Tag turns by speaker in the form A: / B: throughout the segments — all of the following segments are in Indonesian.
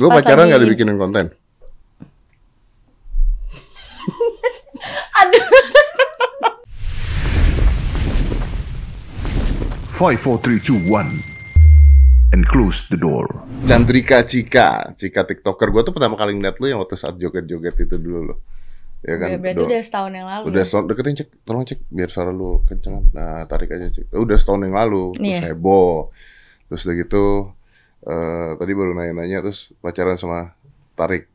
A: Lu
B: Pas
A: pacaran nggak
B: lagi-
A: dibikinin konten?
B: Aduh.
C: 5, 4, 3, 2, 1. And close the door.
A: Chandrika Cika, Cika TikToker. Gue tuh pertama kali ngeliat lu yang waktu saat joget-joget itu dulu lo. Ya kan?
B: Iya, Berarti
A: Do-
B: udah setahun ya? yang lalu.
A: udah setahun deketin cek, tolong cek biar suara lu kenceng. Nah tarik aja cek. Udah setahun yang lalu, terus
B: Iya.
A: heboh. Terus udah gitu, eh, tadi baru nanya-nanya terus pacaran sama tarik.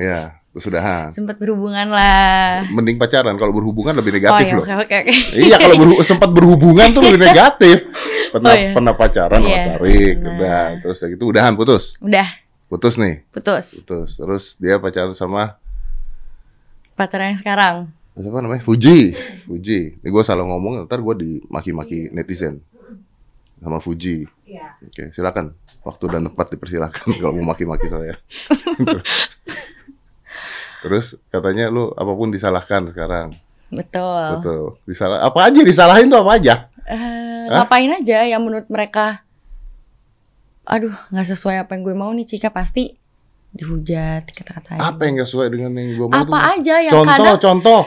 A: Ya, terus udahan.
B: Sempat berhubungan lah.
A: Mending pacaran kalau berhubungan lebih
B: oh
A: negatif
B: ya,
A: loh.
B: oke oke oke.
A: Iya kalau berhu- sempat berhubungan tuh lebih negatif. Pernah
B: Oh, iya.
A: pernah pacaran sama
B: Iya,
A: tarik,
B: pernah.
A: udah terus udah gitu udahan putus.
B: Udah,
A: Putus nih,
B: putus.
A: putus. Terus dia pacaran sama
B: Pacar yang sekarang.
A: siapa namanya? Fuji. Fuji. Ini gue salah ngomong, ntar gue
B: Iya.
A: dimaki-maki netizen sama Fuji. Oke, silakan. Waktu dan tempat dipersilakan kalau mau maki-maki saya. Terus katanya lu apapun disalahkan sekarang.
B: Betul.
A: Betul. Disalah apa aja disalahin tuh apa aja?
B: Eh,
A: Hah?
B: ngapain aja yang menurut mereka aduh nggak sesuai apa yang gue mau nih Cika pasti dihujat dikata-katain
A: Apa yang gak sesuai dengan yang gue mau?
B: Apa
A: tuh?
B: aja yang
A: contoh,
B: kadang
A: contoh.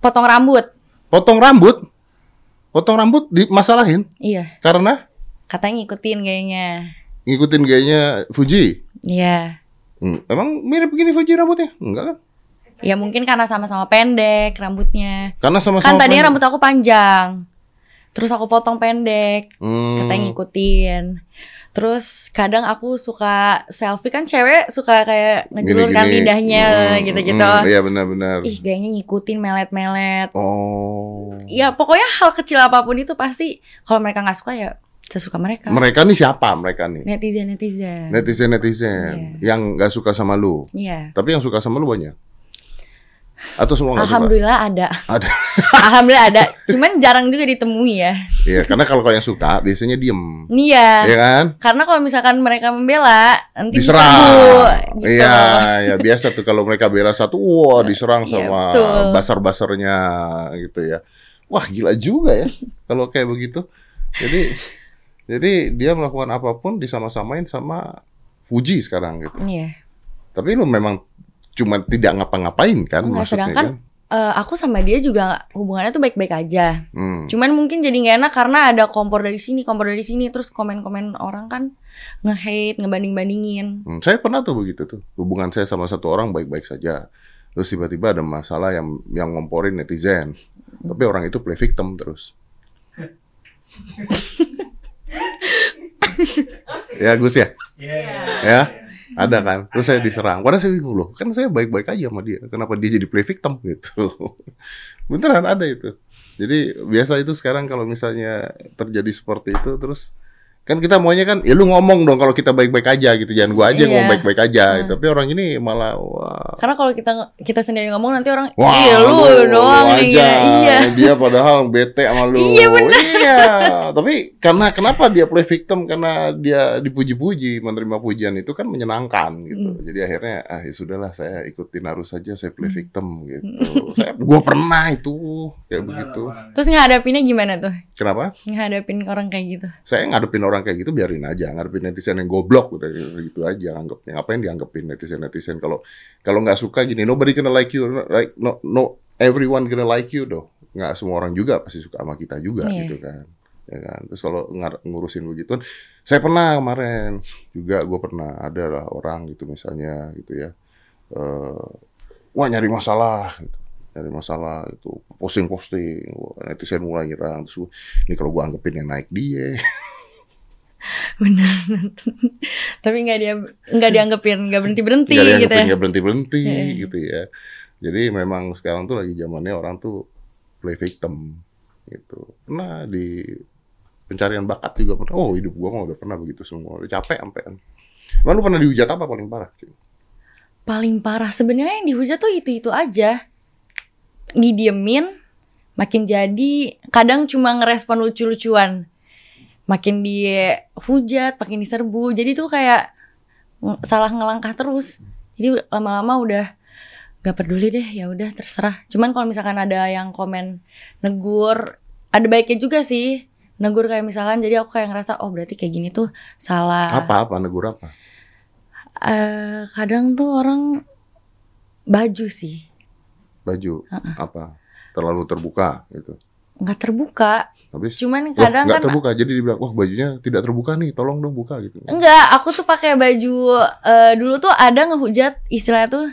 B: potong rambut
A: Potong rambut. Potong rambut dimasalahin
B: iya
A: karena
B: katanya ngikutin kayaknya
A: ngikutin gayanya Fuji.
B: iya
A: Hmm, Emang mirip gini Fuji rambutnya? Enggak kan?
B: ya mungkin karena sama-sama pendek rambutnya
A: Karena sama-sama
B: kan tadinya
A: pendek.
B: rambut aku panjang terus aku potong pendek
A: Hmm,
B: katanya ngikutin terus kadang aku suka selfie kan cewek suka kayak ngejulurkan
A: gini-gini.
B: lidahnya
A: Hmm,
B: gitu-gitu
A: hmm, Iya benar-benar.
B: ih gayanya ngikutin melet-melet
A: Oh.
B: ya pokoknya hal kecil apapun itu pasti kalau mereka nggak suka ya sesuka mereka
A: Mereka nih siapa mereka nih?
B: netizen netizen
A: Netizen-netizen yang nggak suka sama lu.
B: Iya.
A: Tapi yang suka sama lu banyak. Atau semua Oh, nggak suka?
B: alhamdulillah ada
A: Ada.
B: alhamdulillah ada cuman jarang juga ditemui ya
A: Iya, karena kalau kalau yang suka biasanya diem.
B: iya
A: Iya kan?
B: karena kalau misalkan mereka membela nanti diserbu,
A: diserang.
B: gitu
A: Iya, ya biasa tuh kalau mereka bela satu, wah diserang
B: Iya,
A: sama
B: betul.
A: basar-basarnya gitu ya. Wah, gila juga ya kalau kayak begitu. Jadi jadi dia melakukan apapun disama-samain sama Fuji sekarang gitu.
B: iya
A: Tapi lu memang cuma tidak ngapa-ngapain kan
B: Enggak,
A: maksudnya
B: Oh, sedangkan Eh, aku sama dia juga hubungannya tuh baik-baik aja
A: kan? Hmm.
B: cuman mungkin jadi nggak enak karena ada kompor dari sini kompor dari sini terus komen-komen orang kan nge-hate ngebanding-bandingin
A: Hmm, Saya pernah tuh begitu tuh. Hubungan saya sama satu orang baik-baik saja. Terus tiba-tiba ada masalah yang yang ngomporin netizen. Tapi orang itu play victim terus. ya Gus ya, ya ada kan. Terus saya diserang. Padahal saya bingung loh. Kan saya baik-baik aja sama dia. Kenapa dia jadi play victim gitu? Beneran ada itu. Jadi biasa itu sekarang kalau misalnya terjadi seperti itu terus kan kita maunya kan ya lu ngomong dong kalau kita baik-baik aja gitu jangan gua aja yang
B: Iya.
A: ngomong baik-baik aja
B: Hmm.
A: tapi orang ini malah wah
B: karena kalau kita kita sendiri ngomong nanti orang
A: Wah,
B: iya lu doang
A: lu
B: nih
A: aja.
B: gini." iya
A: Dia padahal bete sama lu.
B: Iya,
A: Iya. Tapi karena kenapa dia play victim? Karena dia dipuji-puji, menerima pujian itu kan menyenangkan gitu.
B: Hmm.
A: Jadi akhirnya ah ya sudahlah saya ikutin arus saja saya play victim
B: Hmm.
A: gitu. saya gua pernah itu kayak begitu.
B: terus ngadapinnya gimana tuh
A: Kenapa?
B: ngadapin orang kayak gitu
A: saya ngadepin orang kayak gitu biarin aja ngadepin netizen yang goblok gitu, gitu aja anggapnya ngapain dianggapin netizen netizen kalau kalau nggak suka gini nobody gonna like you like no no everyone gonna like you doh nggak semua orang juga pasti suka sama kita juga
B: Iya.
A: gitu kan ya kan terus kalau ngar- ngurusin begituan saya pernah kemarin juga gue pernah ada lah orang gitu misalnya gitu ya eh wah nyari masalah gitu nyari masalah itu posting posting netizen mulai nyerang terus gua, ini kalau gue anggapin yang naik dia
B: bener tapi nggak dia nggak dianggepin nggak berhenti berhenti
A: nggak ada yang
B: gitu ya
A: nggak berhenti berhenti
B: Iya.
A: gitu ya jadi memang sekarang tuh lagi zamannya orang tuh play victim gitu nah di pencarian bakat juga pernah oh hidup gua mah udah pernah begitu semua udah capek sampean Emang lu pernah dihujat apa paling parah? Ci?
B: paling parah sebenarnya yang dihujat tuh itu itu aja didiemin makin jadi kadang cuma ngerespon lucu-lucuan makin dihujat makin diserbu jadi tuh kayak ng- salah ngelangkah terus jadi u- lama-lama udah gak peduli deh ya udah terserah cuman kalau misalkan ada yang komen negur ada baiknya juga sih negur kayak misalkan jadi aku kayak ngerasa oh berarti kayak gini tuh salah
A: Apa apa negur apa?
B: eh, kadang tuh orang baju sih
A: Baju apa? Terlalu terbuka gitu.
B: nggak terbuka.
A: Habis
B: Cuman
A: loh,
B: kadang
A: nggak
B: kan
A: terbuka jadi dibilang wah bajunya tidak terbuka nih, tolong dong buka gitu.
B: Enggak, aku tuh pakai baju eh, dulu tuh ada ngehujat istilah tuh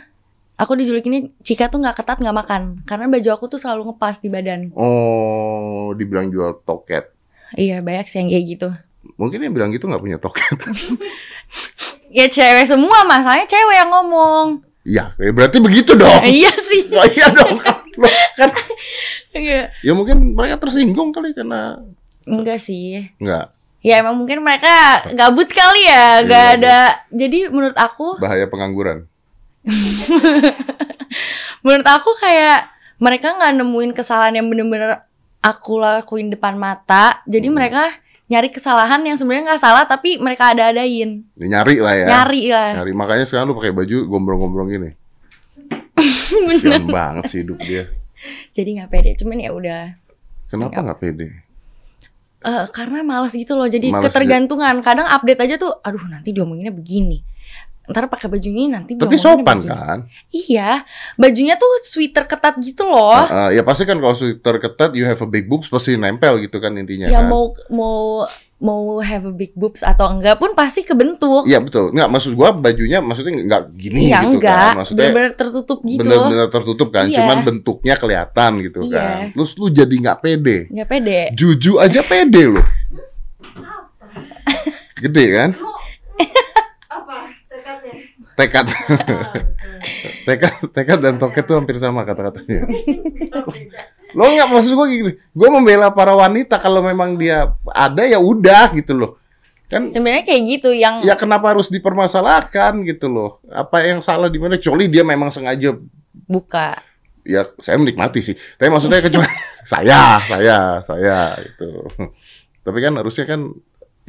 B: aku dijulukinnya Cika tuh nggak ketat nggak makan karena baju aku tuh selalu ngepas di badan.
A: Oh, dibilang jual toket.
B: Iya banyak sih yang kayak gitu.
A: Mungkin yang bilang gitu nggak punya toket.
B: Ya cewek semua masalahnya cewek yang ngomong.
A: Iya, berarti begitu dong.
B: iya sih.
A: Wah, iya dong. Loh, kan
B: Iya.
A: ya mungkin mereka tersinggung kali karena
B: Enggak sih.
A: nggak
B: Ya emang mungkin mereka gabut kali ya, nggak
A: Iya,
B: ada. Jadi menurut aku
A: bahaya pengangguran.
B: menurut aku kayak mereka nggak nemuin kesalahan yang bener-bener aku lakuin depan mata jadi
A: Hmm.
B: mereka nyari kesalahan yang sebenarnya nggak salah tapi mereka ada-adain
A: Ya, nyari lah ya.
B: nyari lah
A: Nyari. Makanya sekarang lu pakai baju gombrong-gombrong gini. Kesian banget sih hidup dia.
B: jadi nggak pede cuman ya udah
A: Kenapa nggak pede?
B: Iya, Eh, karena malas gitu loh jadi
A: Malas
B: ketergantungan kadang update aja tuh aduh nanti diomonginnya begini ntar pakai baju ini nanti
A: Tapi
B: diomonginnya
A: sopan
B: begini.
A: kan?
B: iya bajunya tuh sweater ketat gitu loh
A: Eh, ya pasti kan kalau sweater ketat, you have a big boobs pasti nempel gitu kan intinya
B: ya
A: kan?
B: mau mau mau have a big boobs atau enggak pun pasti kebentuk
A: Iya betul. Nggak maksud gua bajunya maksudnya nggak gini
B: Iya
A: gitu
B: enggak,
A: kan? Maksudnya
B: bener-bener tertutup gitu.
A: bener-bener tertutup kan?
B: Iya.
A: Cuman bentuknya kelihatan gitu
B: Iya.
A: kan? Terus lu jadi nggak pede.
B: Nggak pede.
A: Juju aja pede lu. Gede kan?
D: apa tekadnya
A: Tekad,
D: Ah, betul.
A: tekad, tekad dan toket tuh hampir sama kata-katanya.
D: Beda.
A: Lo nggak maksud gue gini, gue membela para wanita kalau memang dia ada ya udah gitu loh. Kan
B: Sebenarnya kayak gitu yang
A: ya kenapa harus dipermasalahkan gitu loh? Apa yang salah di mana? Kecuali dia memang sengaja
B: buka.
A: ya saya menikmati sih. Tapi maksudnya kecuali saya, saya, saya gitu. Tapi kan harusnya kan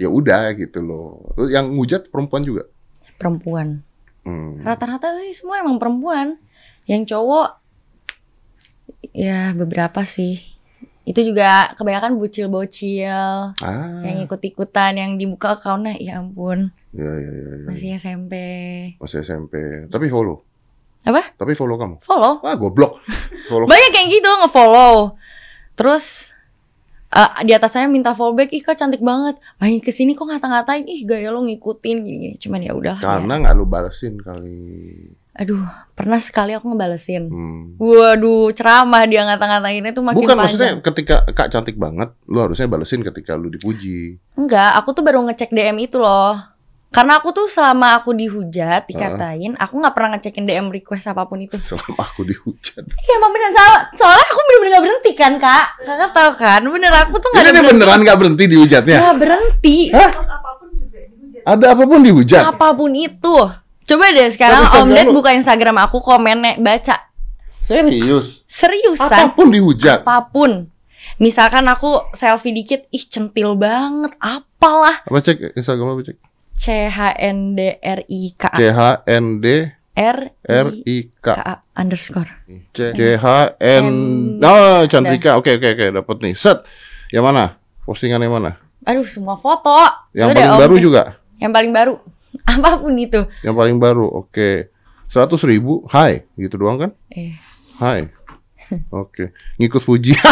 A: ya udah gitu loh. Terus Yang ngujat perempuan juga.
B: Perempuan.
A: Hmm.
B: Rata-rata sih semua emang perempuan. Yang cowok ya beberapa sih. Itu juga kebanyakan bocil-bocil
A: Ah,
B: yang ikut-ikutan yang dibuka akunnya ya ampun
A: ya, ya, ya, ya.
B: masih SMP.
A: Masih SMP. Tapi follow.
B: Apa?
A: Tapi follow kamu.
B: Follow.
A: Wah, goblok. Follow.
B: Banyak yang gitu nge-follow. Terus eh, di atas saya minta follow back, ih kok cantik banget. Main ke sini kok ngata-ngatain, ih gaya lo ngikutin gini-gini. Cuman ya udah.
A: Karena nggak lu balesin kali.
B: Aduh, pernah sekali aku ngebalesin.
A: Hmm.
B: Waduh, ceramah dia ngata-ngatainnya tuh makin
A: Bukan maksudnya
B: panjang.
A: ketika Kak cantik banget, lu harusnya balesin ketika lu dipuji.
B: Enggak, aku tuh baru ngecek DM itu loh. Karena aku tuh selama aku dihujat, dikatain, aku nggak pernah ngecekin DM request apapun itu.
A: Selama aku dihujat.
B: Iya, emang bener salah. Soalnya aku bener-bener gak berhenti kan, Kak. Kakak tahu kan, bener aku tuh nggak
A: Ini
B: ada
A: dia
B: berhenti.
A: beneran nggak berhenti dihujatnya.
B: Nggak berhenti.
D: Terus apapun juga dihujat
A: Ada apapun dihujat.
B: Apapun itu. Coba deh sekarang
A: Tapi
B: Om Ded
A: sebelum-
B: buka Instagram aku, komennya, baca.
A: Serius.
B: Seriusan.
A: Apapun dihujat.
B: apapun. Misalkan aku selfie dikit, ih centil banget, apalah.
A: Apa cek Instagram apa cek?
B: C H N D R I K
A: C
B: A
A: H N D
B: R
A: R
B: I
A: I K
B: K A underscore.
A: C C H N Oh, Cantrika. Oke oke oke dapat nih. Set. Yang mana? Postingan yang mana?
B: Aduh, semua foto.
A: Yang
B: Coba deh,
A: paling
B: Om.
A: baru juga.
B: Yang paling baru. Apapun itu.
A: Yang paling baru. Oke. 100.000 ribu. Hai. Gitu doang kan?
B: Eh.
A: Hai. Oke. Ngikut Fuji.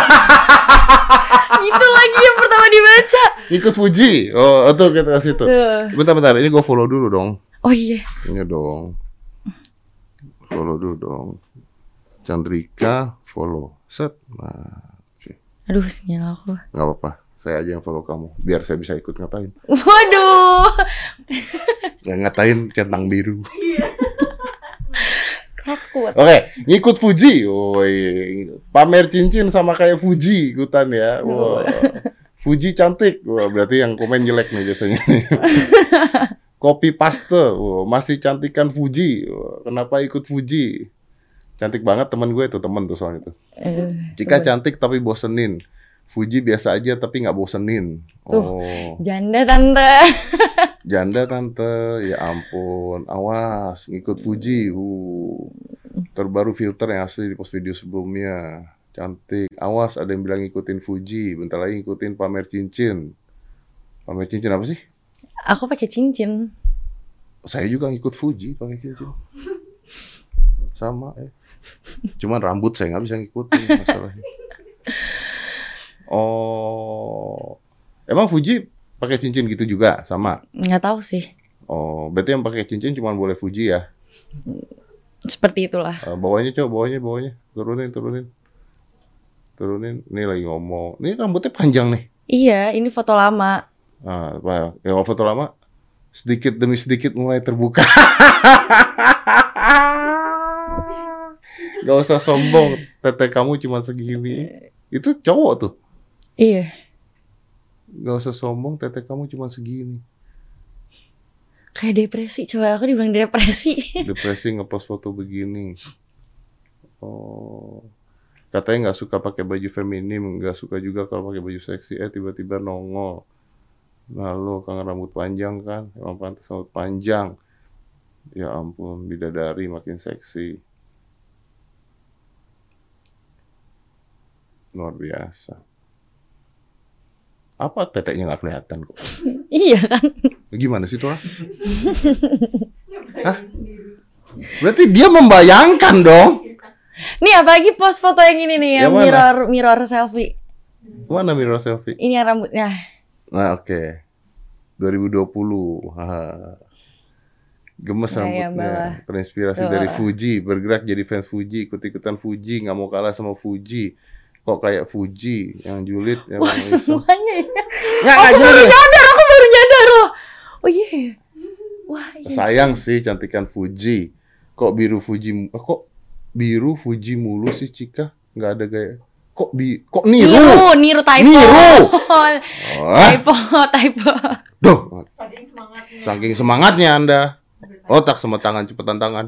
B: itu lagi yang pertama dibaca.
A: Ngikut Fuji. Oh, itu kita kasih itu.
B: Tuh.
A: Bentar-bentar, ini gue follow dulu dong.
B: Oh iya.
A: Ini dong. Follow dulu dong. Chandrika follow. Set. Nah,
B: Aduh, sinyal aku.
A: nggak apa-apa. Saya aja yang follow kamu. Biar saya bisa ikut ngatain.
B: Waduh.
A: Nggak ngatain centang biru.
B: Takut.
A: Oke, ngikut Fuji. Woi, pamer cincin sama kayak Fuji ikutan ya. Wah. Fuji cantik. Wah, berarti yang komen jelek nih biasanya. Kopi paste. Wah, masih cantikan Fuji. Wah, kenapa ikut Fuji? Cantik banget teman gue itu temen tuh soalnya tuh.
B: Eh,
A: Jika
B: coba.
A: cantik tapi bosenin. Fuji biasa aja tapi nggak bosenin.
B: Tuh.
A: Oh,
B: Janda tante.
A: janda tante, ya ampun, awas ngikut Fuji. Uh. Terbaru filter yang asli di post video sebelumnya. Cantik, awas ada yang bilang ngikutin Fuji. Bentar lagi ngikutin pamer cincin. Pamer cincin apa sih?
B: Aku pakai cincin.
A: saya juga ngikut Fuji pakai cincin sama ya cuman rambut saya nggak bisa ngikutin masalahnya oh emang Fuji pakai cincin gitu juga sama
B: nggak tahu sih
A: oh berarti yang pakai cincin cuma boleh Fuji ya
B: seperti itulah
A: Eh, bawahnya coba bawahnya bawahnya turunin turunin turunin ini lagi ngomong ini rambutnya panjang nih
B: iya ini foto lama
A: Ah, apa ya foto lama sedikit demi sedikit mulai terbuka. Gak usah sombong, tete kamu cuma segini. Itu cowok tuh.
B: iya
A: Gak usah sombong, tete kamu cuma segini.
B: kayak depresi coba aku dibilang depresi
A: Depresi ngepost foto begini. Oh. Katanya nggak suka pakai baju feminim, nggak suka juga kalau pakai baju seksi. Eh tiba-tiba nongol. Nah lo kangen rambut panjang kan? Emang pantas rambut panjang. Ya ampun, bidadari makin seksi. Luar biasa. Apa teteknya nggak kelihatan kok?
B: iya kan
A: Gimana sih tuh? ah?
D: Nyobain sendiri.
A: Berarti dia membayangkan dong.
B: nih apalagi post foto yang ini nih yang
A: Yang mana?
B: mirror mirror selfie
A: Mana mirror selfie?
B: ini yang rambutnya
A: Nah, oke. 2020. haha. Gemes
B: Ya, ya,
A: rambutnya.
B: bawah.
A: Terinspirasi
B: Bawah.
A: dari Fuji, bergerak jadi fans Fuji, ikut-ikutan Fuji, nggak mau kalah sama Fuji. Kok kayak Fuji yang julid yang
B: wah semuanya ya
A: Nggak, nggak
B: aku baru
A: julid.
B: nyadar aku baru nyadar loh oh iya ya. wah iya
A: Sayang sih cantikan Fuji. Kok biru Fuji mu- eh, kok biru Fuji mulu sih Cika? nggak ada gaya. Kok bi kok niru?
B: niru niru typo
A: Niru. Wah,
B: typo typo
A: duh,
D: Saking semangatnya.
A: saking semangatnya Anda. Otak sama tangan cepetan tangan.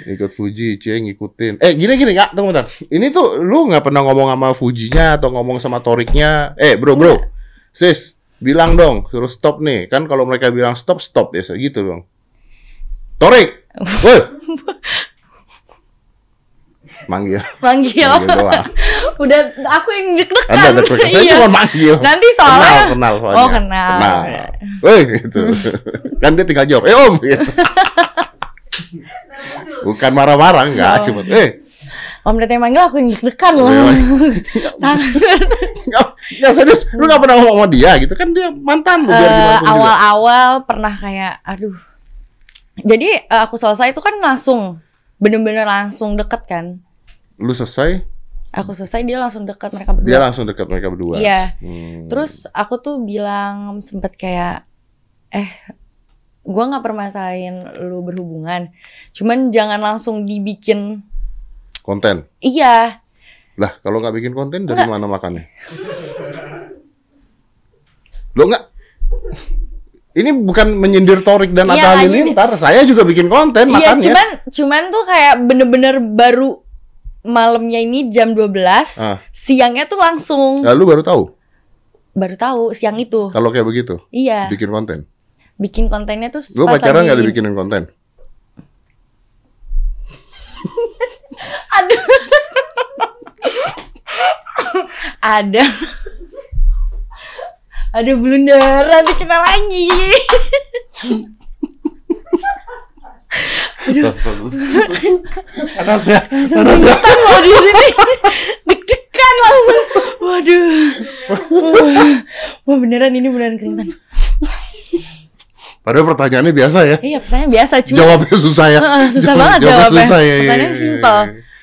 A: Ikut Fuji, Cie ngikutin. Eh gini gini nggak, tunggu bentar. Ini tuh lu nggak pernah ngomong sama Fujinya atau ngomong sama Toriknya. Eh bro bro, sis bilang dong suruh stop nih. Kan kalau mereka bilang stop stop ya gitu dong. Torik, woi, manggil,
D: Ya.
B: manggil
A: manggil doang.
B: udah aku yang deg-degan
A: Anda ada klik. saya
B: Iya.
A: cuma manggil.
B: nanti
A: Kenal,
B: soalnya
A: kenal soalnya.
B: Oh, kenal.
A: Woi, gitu. kan dia tinggal jawab, eh om, gitu.
D: Nah, betul.
A: Bukan marah-marah, enggak.
B: Oh.
A: Cuma, eh,
B: om Dete yang manggil aku yang deg-degan Nah, eh, loh
A: Iya,
B: Tangan.
A: enggak, ya serius, lu gak pernah ngomong sama dia gitu. Kan dia mantan lu, biar
B: Eh,
A: gimana pun juga.
B: awal-awal pernah kayak aduh jadi eh, aku selesai itu kan langsung bener-bener langsung deket kan
A: Lu selesai,
B: aku selesai dia langsung deket mereka
A: dia
B: berdua
A: langsung dekat mereka berdua.
B: iya
A: Hmm.
B: Terus aku tuh bilang sempet kayak eh gua nggak permasalahin lu berhubungan. Cuman jangan langsung dibikin
A: konten.
B: iya.
A: Lah, kalau nggak bikin konten dari mana makannya? Lo nggak? Ini bukan menyindir Torik dan
B: Iya,
A: Atta
B: kan,
A: Halilintar. Saya juga bikin konten
B: Iya,
A: makannya.
B: cuman cuman tuh kayak bener-bener baru malamnya ini jam 12,
A: Ah.
B: siangnya tuh langsung
A: Nah, lu baru tahu
B: baru tahu siang itu.
A: kalau kayak begitu
B: Iya,
A: bikin konten.
B: bikin kontennya tuh
A: Lu
B: pas
A: pacaran nggak
B: lagi-
A: dibikinin konten?
B: Aduh. ada ada blunderan kita lagi
A: Panas ya, panas ya.
B: deg-degan loh di sini deg-degan langsung waduh wah beneran ini beneran keringetan
A: Padahal pertanyaannya biasa ya.
B: iya pertanyaan biasa cuma
A: Jawabnya susah ya.
B: Heeh, susah banget jawabnya
A: susah ya.
B: pertanyaan simpel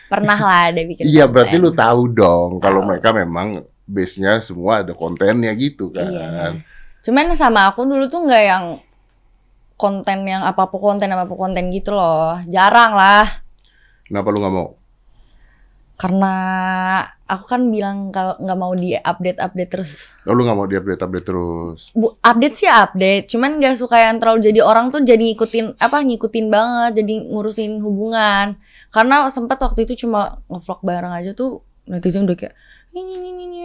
B: pernah lah ada bikin
A: Iya, berarti
B: konten.
A: lu tahu dong kalau
B: Tahu.
A: mereka memang base-nya semua ada kontennya gitu kan.
B: Iya. Cuman sama aku dulu tuh nggak yang konten yang apa apa konten apa apa konten gitu loh, jarang lah.
A: Kenapa lu nggak mau?
B: Karena aku kan bilang kalau nggak mau di update update terus.
A: Oh, lu nggak mau diupdate update terus.
B: Bu, update sih update, cuman nggak suka yang terlalu jadi orang tuh jadi ngikutin apa ngikutin banget, jadi ngurusin hubungan. Karena sempat waktu itu cuma ngevlog bareng aja tuh netizen udah kayak ini ini ini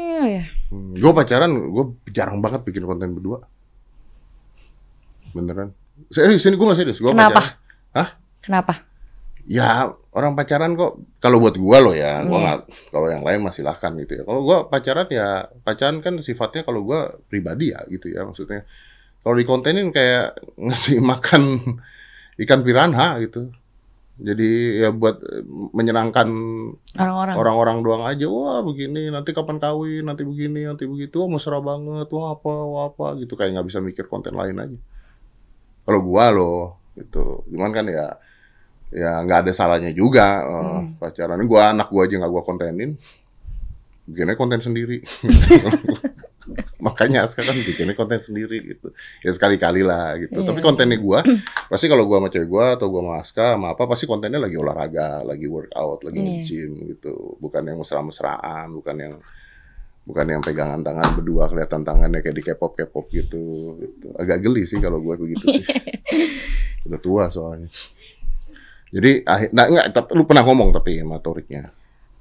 B: ya.
A: Hmm, gue pacaran, gue jarang banget bikin konten berdua. Beneran. Serius, ini gue gak serius. Gua
B: Kenapa?
A: pacaran-
B: Kenapa?
A: Ya, orang pacaran kok. Kalau buat gue loh ya, gue
B: Iya.
A: nggak. Kalau yang lain masih silahkan gitu ya. Kalau gue pacaran ya, pacaran kan sifatnya kalau gue pribadi ya gitu ya. Maksudnya Kalau dikontenin kayak ngasih makan ikan piranha gitu. Jadi ya buat eh, menyenangkan
B: orang-orang.
A: orang-orang doang aja. Wah begini, nanti kapan kawin, nanti begini, nanti begitu. Wah mesra banget, wah apa, wah apa gitu. Kayak nggak bisa mikir konten lain aja. Kalau gua loh gitu. Cuman kan ya ya nggak ada salahnya juga eh,
B: Hmm.
A: pacaran. Ini Gua anak gua aja nggak gua kontenin. Bikinnya konten sendiri. Makanya Aska kan bikinnya konten sendiri gitu. Ya sekali-kali lah gitu.
B: Iya.
A: Tapi kontennya gua pasti kalau gua sama cewek gua atau gua sama Aska sama apa pasti kontennya lagi olahraga, lagi workout, lagi
B: Iya.
A: nge-gym gitu. Bukan yang mesra-mesraan, bukan yang bukan yang pegangan tangan berdua kelihatan tangannya kayak di K-pop K-pop gitu, gitu. Agak geli sih kalau gua begitu sih. Udah tua soalnya. Jadi akhir- nah enggak tapi lu pernah ngomong tapi sama Toriknya.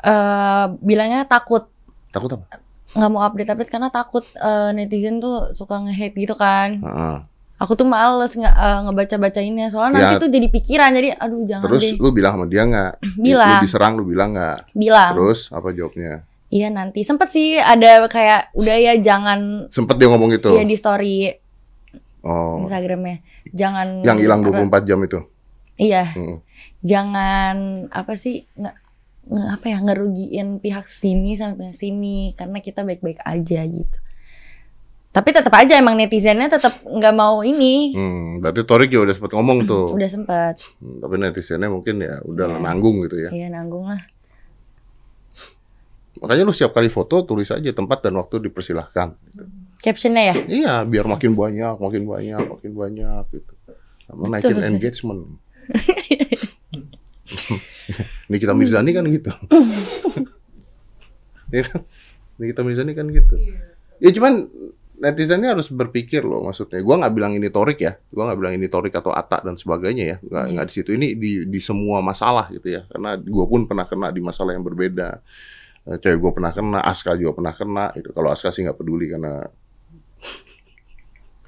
B: Eh, bilangnya takut
A: Takut apa?
B: nggak mau update update karena takut eh, netizen tuh suka nge-hate gitu kan.
A: Heeh.
B: Aku tuh males nggak eh, ngebaca-bacainnya soalnya
A: Ya.
B: nanti tuh jadi pikiran jadi aduh jangan
A: Terus
B: deh.
A: lu bilang sama dia nggak?
B: Bilang,
A: Lu diserang lu bilang nggak?
B: bilang.
A: Terus apa jawabnya?
B: Iya nanti sempet sih ada kayak udah ya jangan
A: Sempet dia ngomong gitu.
B: ya di story
A: Oh.
B: Instagramnya jangan
A: Yang hilang
B: apa-
A: 24 jam itu.
B: Iya
A: Hmm.
B: jangan apa sih nggak nge- apa ya ngerugiin pihak sini sama pihak sini karena kita baik-baik aja gitu. Tapi tetap aja emang netizennya tetap nggak mau ini.
A: Hmm, berarti Torik juga udah sempat ngomong tuh.
B: Udah sempet
A: Hmm, Tapi netizennya mungkin ya udah
B: Iya.
A: nanggung gitu ya.
B: ya nanggung lah.
A: Makanya lu setiap kali foto tulis aja tempat dan waktu dipersilahkan.
B: Captionnya ya.
A: Iya, biar makin banyak, makin banyak, makin banyak gitu. Sama naikin
B: betul.
A: engagement. Nikita Mirzani kan gitu. Iya kan? Nikita Mirzani kan gitu. Ya cuman netizennya harus berpikir loh maksudnya. Gua nggak bilang ini torik ya. Gua nggak bilang ini torik atau atak dan sebagainya ya. Nggak
B: Iya.
A: nggak di situ. Ini di di semua masalah gitu ya. Karena gua pun pernah kena di masalah yang berbeda. Eh, Cewek gua pernah kena, Aska juga pernah kena. Gitu. Kalau Aska sih nggak peduli karena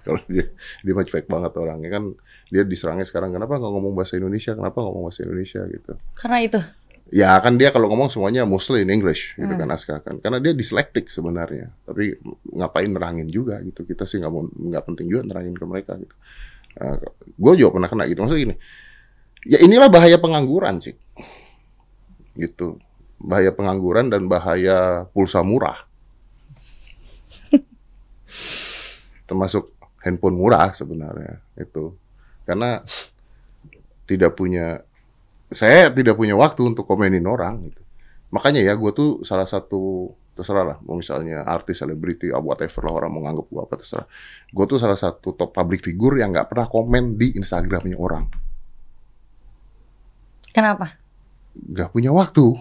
A: kalau dia dia mah cuek banget orangnya kan dia diserangnya sekarang kenapa nggak ngomong bahasa Indonesia kenapa nggak ngomong bahasa Indonesia gitu
B: Karena itu.
A: Ya kan dia kalau ngomong semuanya mostly in English gitu
B: Hmm.
A: kan Aska kan. Karena dia dislektik sebenarnya. Tapi ngapain nerangin juga gitu. Kita sih nggak mau nggak penting juga nerangin ke mereka gitu. gue juga pernah kena gitu. Maksudnya gini. Ya inilah bahaya pengangguran sih. Gitu. Bahaya pengangguran dan bahaya pulsa murah. Termasuk handphone murah sebenarnya itu. Karena tidak punya saya tidak punya waktu untuk komenin orang gitu. Makanya ya gue tuh salah satu terserah lah, mau misalnya artis, selebriti, ah, whatever lah orang mau nganggep gue apa terserah. Gue tuh salah satu top public figure yang nggak pernah komen di Instagramnya orang,
B: Kenapa?
A: nggak punya waktu.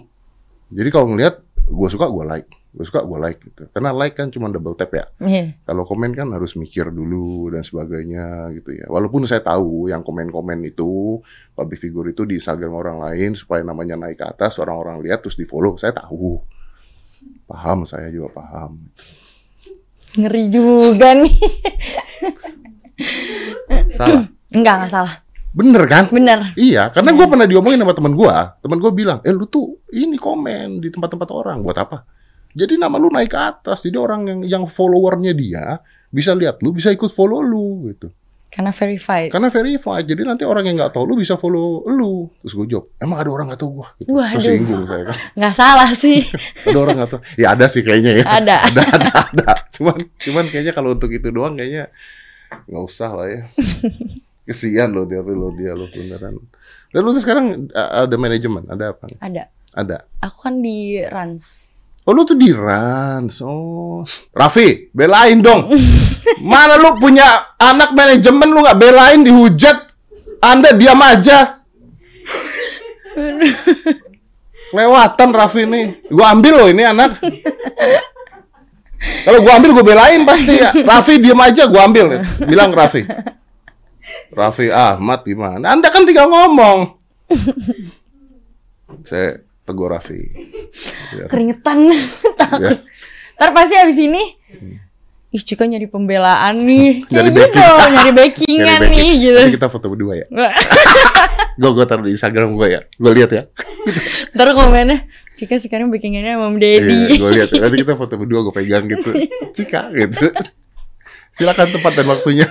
A: Jadi kalau ngelihat gue suka gue like, gue suka gue like gitu. Karena like kan cuma double tap ya.
B: Iya.
A: Kalau komen kan harus mikir dulu dan sebagainya gitu ya. Walaupun saya tahu yang komen-komen itu public figure itu di Instagram orang lain supaya namanya naik ke atas, orang-orang lihat terus di-follow. Saya tahu. Paham, saya juga paham.
B: Ngeri juga nih.
A: Salah.
B: Enggak, enggak salah.
A: Bener kan?
B: Bener.
A: Iya, karena gue pernah diomongin sama temen gue. Temen gue bilang, eh lu tuh ini komen di tempat-tempat orang. Buat apa? Jadi nama lu naik ke atas. Jadi orang yang, yang followernya dia bisa lihat lu, bisa ikut follow lu gitu.
B: Karena verified.
A: Karena verified, jadi nanti orang yang nggak tahu lu bisa follow lu. Terus gue jawab, emang ada orang nggak tahu gue? Terus
B: Waduh,
A: singgung saya kan.
B: nggak salah sih.
A: Ada orang nggak tahu? Ya ada sih kayaknya ya.
B: Ada.
A: Ada, ada, ada. Cuman, cuman kayaknya kalau untuk itu doang kayaknya nggak usah lah ya. Kesian loh dia, lo dia lo beneran. Dan lu tuh sekarang uh, ada manajemen, ada apa?
B: Ada.
A: Ada.
B: Aku kan di Rans.
A: Oh lu tuh di Rans, oh. Raffi, belain dong. Mana lu punya anak manajemen lu nggak belain dihujat? Anda diam aja. Lewatan Raffi nih. Gua ambil loh ini anak. Kalau gua ambil gua belain pasti ya. Raffi diam aja gua ambil. Bilang Raffi. Raffi Ahmad gimana? Anda kan tinggal ngomong. Saya tegur Raffi. Biar-
B: Keringetan.
A: biar- Iya.
B: Ntar pasti abis ini Ih Cika nyari pembelaan nih
A: Hmm. Nyari
B: Kayak
A: backing.
B: gitu Nyari backingan
A: Jadi
B: nih
A: backing.
B: gitu
A: Nanti kita foto berdua ya. Gue gue taruh di Instagram gue ya. Gue lihat ya.
B: Ntar komennya Cika sekarang backingannya sama Om
A: ya.
B: Deddy
A: Iya, gue lihat. Nanti kita foto berdua gue pegang gitu. Cika gitu. Silakan tempat dan waktunya.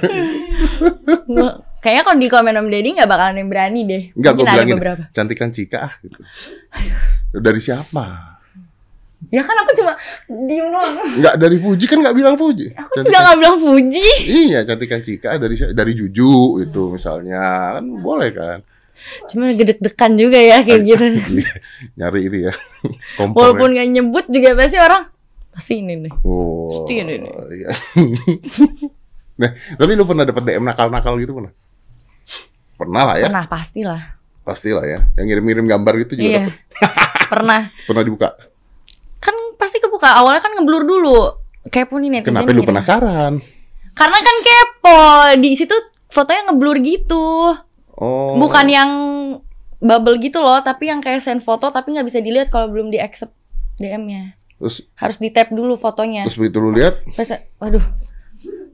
B: Gua- kayaknya kalau di komen Om Deddy nggak bakalan yang berani deh.
A: Enggak,
B: Mungkin
A: gua
B: ada
A: bilangin.
B: beberapa.
A: Cantik kan Cika ah gitu. Dari siapa?
B: Ya kan aku cuma diem doang.
A: Enggak dari Fuji kan nggak bilang Fuji. kan
B: Aku juga nggak bilang puji.
A: Iya, cantikan Cika dari dari Juju itu misalnya kan boleh kan
B: Cuma gedeg-degan juga
A: Iya.
B: ya kayak gitu.
A: nyari ini ya kompor.
B: Walaupun nggak nyebut juga pasti orang pasti ini nih.
A: oh,
B: Pasti ini nih.
A: iya. nah, tapi lu pernah dapat DM nakal-nakal gitu pernah? Pernah lah ya,
B: Pernah pastilah.
A: pastilah ya. Yang ngirim-ngirim gambar gitu juga
B: Iya.
A: dapet.
B: Pernah.
A: pernah dibuka.
B: Kan pasti kebuka. Awalnya kan ngeblur dulu. Kepo nih netizen.
A: Kenapa lu
B: Iya, ngirim.
A: penasaran?
B: Karena kan kepo. Di situ fotonya ngeblur gitu.
A: Oh.
B: Bukan yang bubble gitu loh, tapi yang kayak send foto tapi nggak bisa dilihat kalau belum di accept DM-nya.
A: Terus
B: Harus di tap dulu fotonya.
A: terus begitu lu lihat
B: Pas- waduh.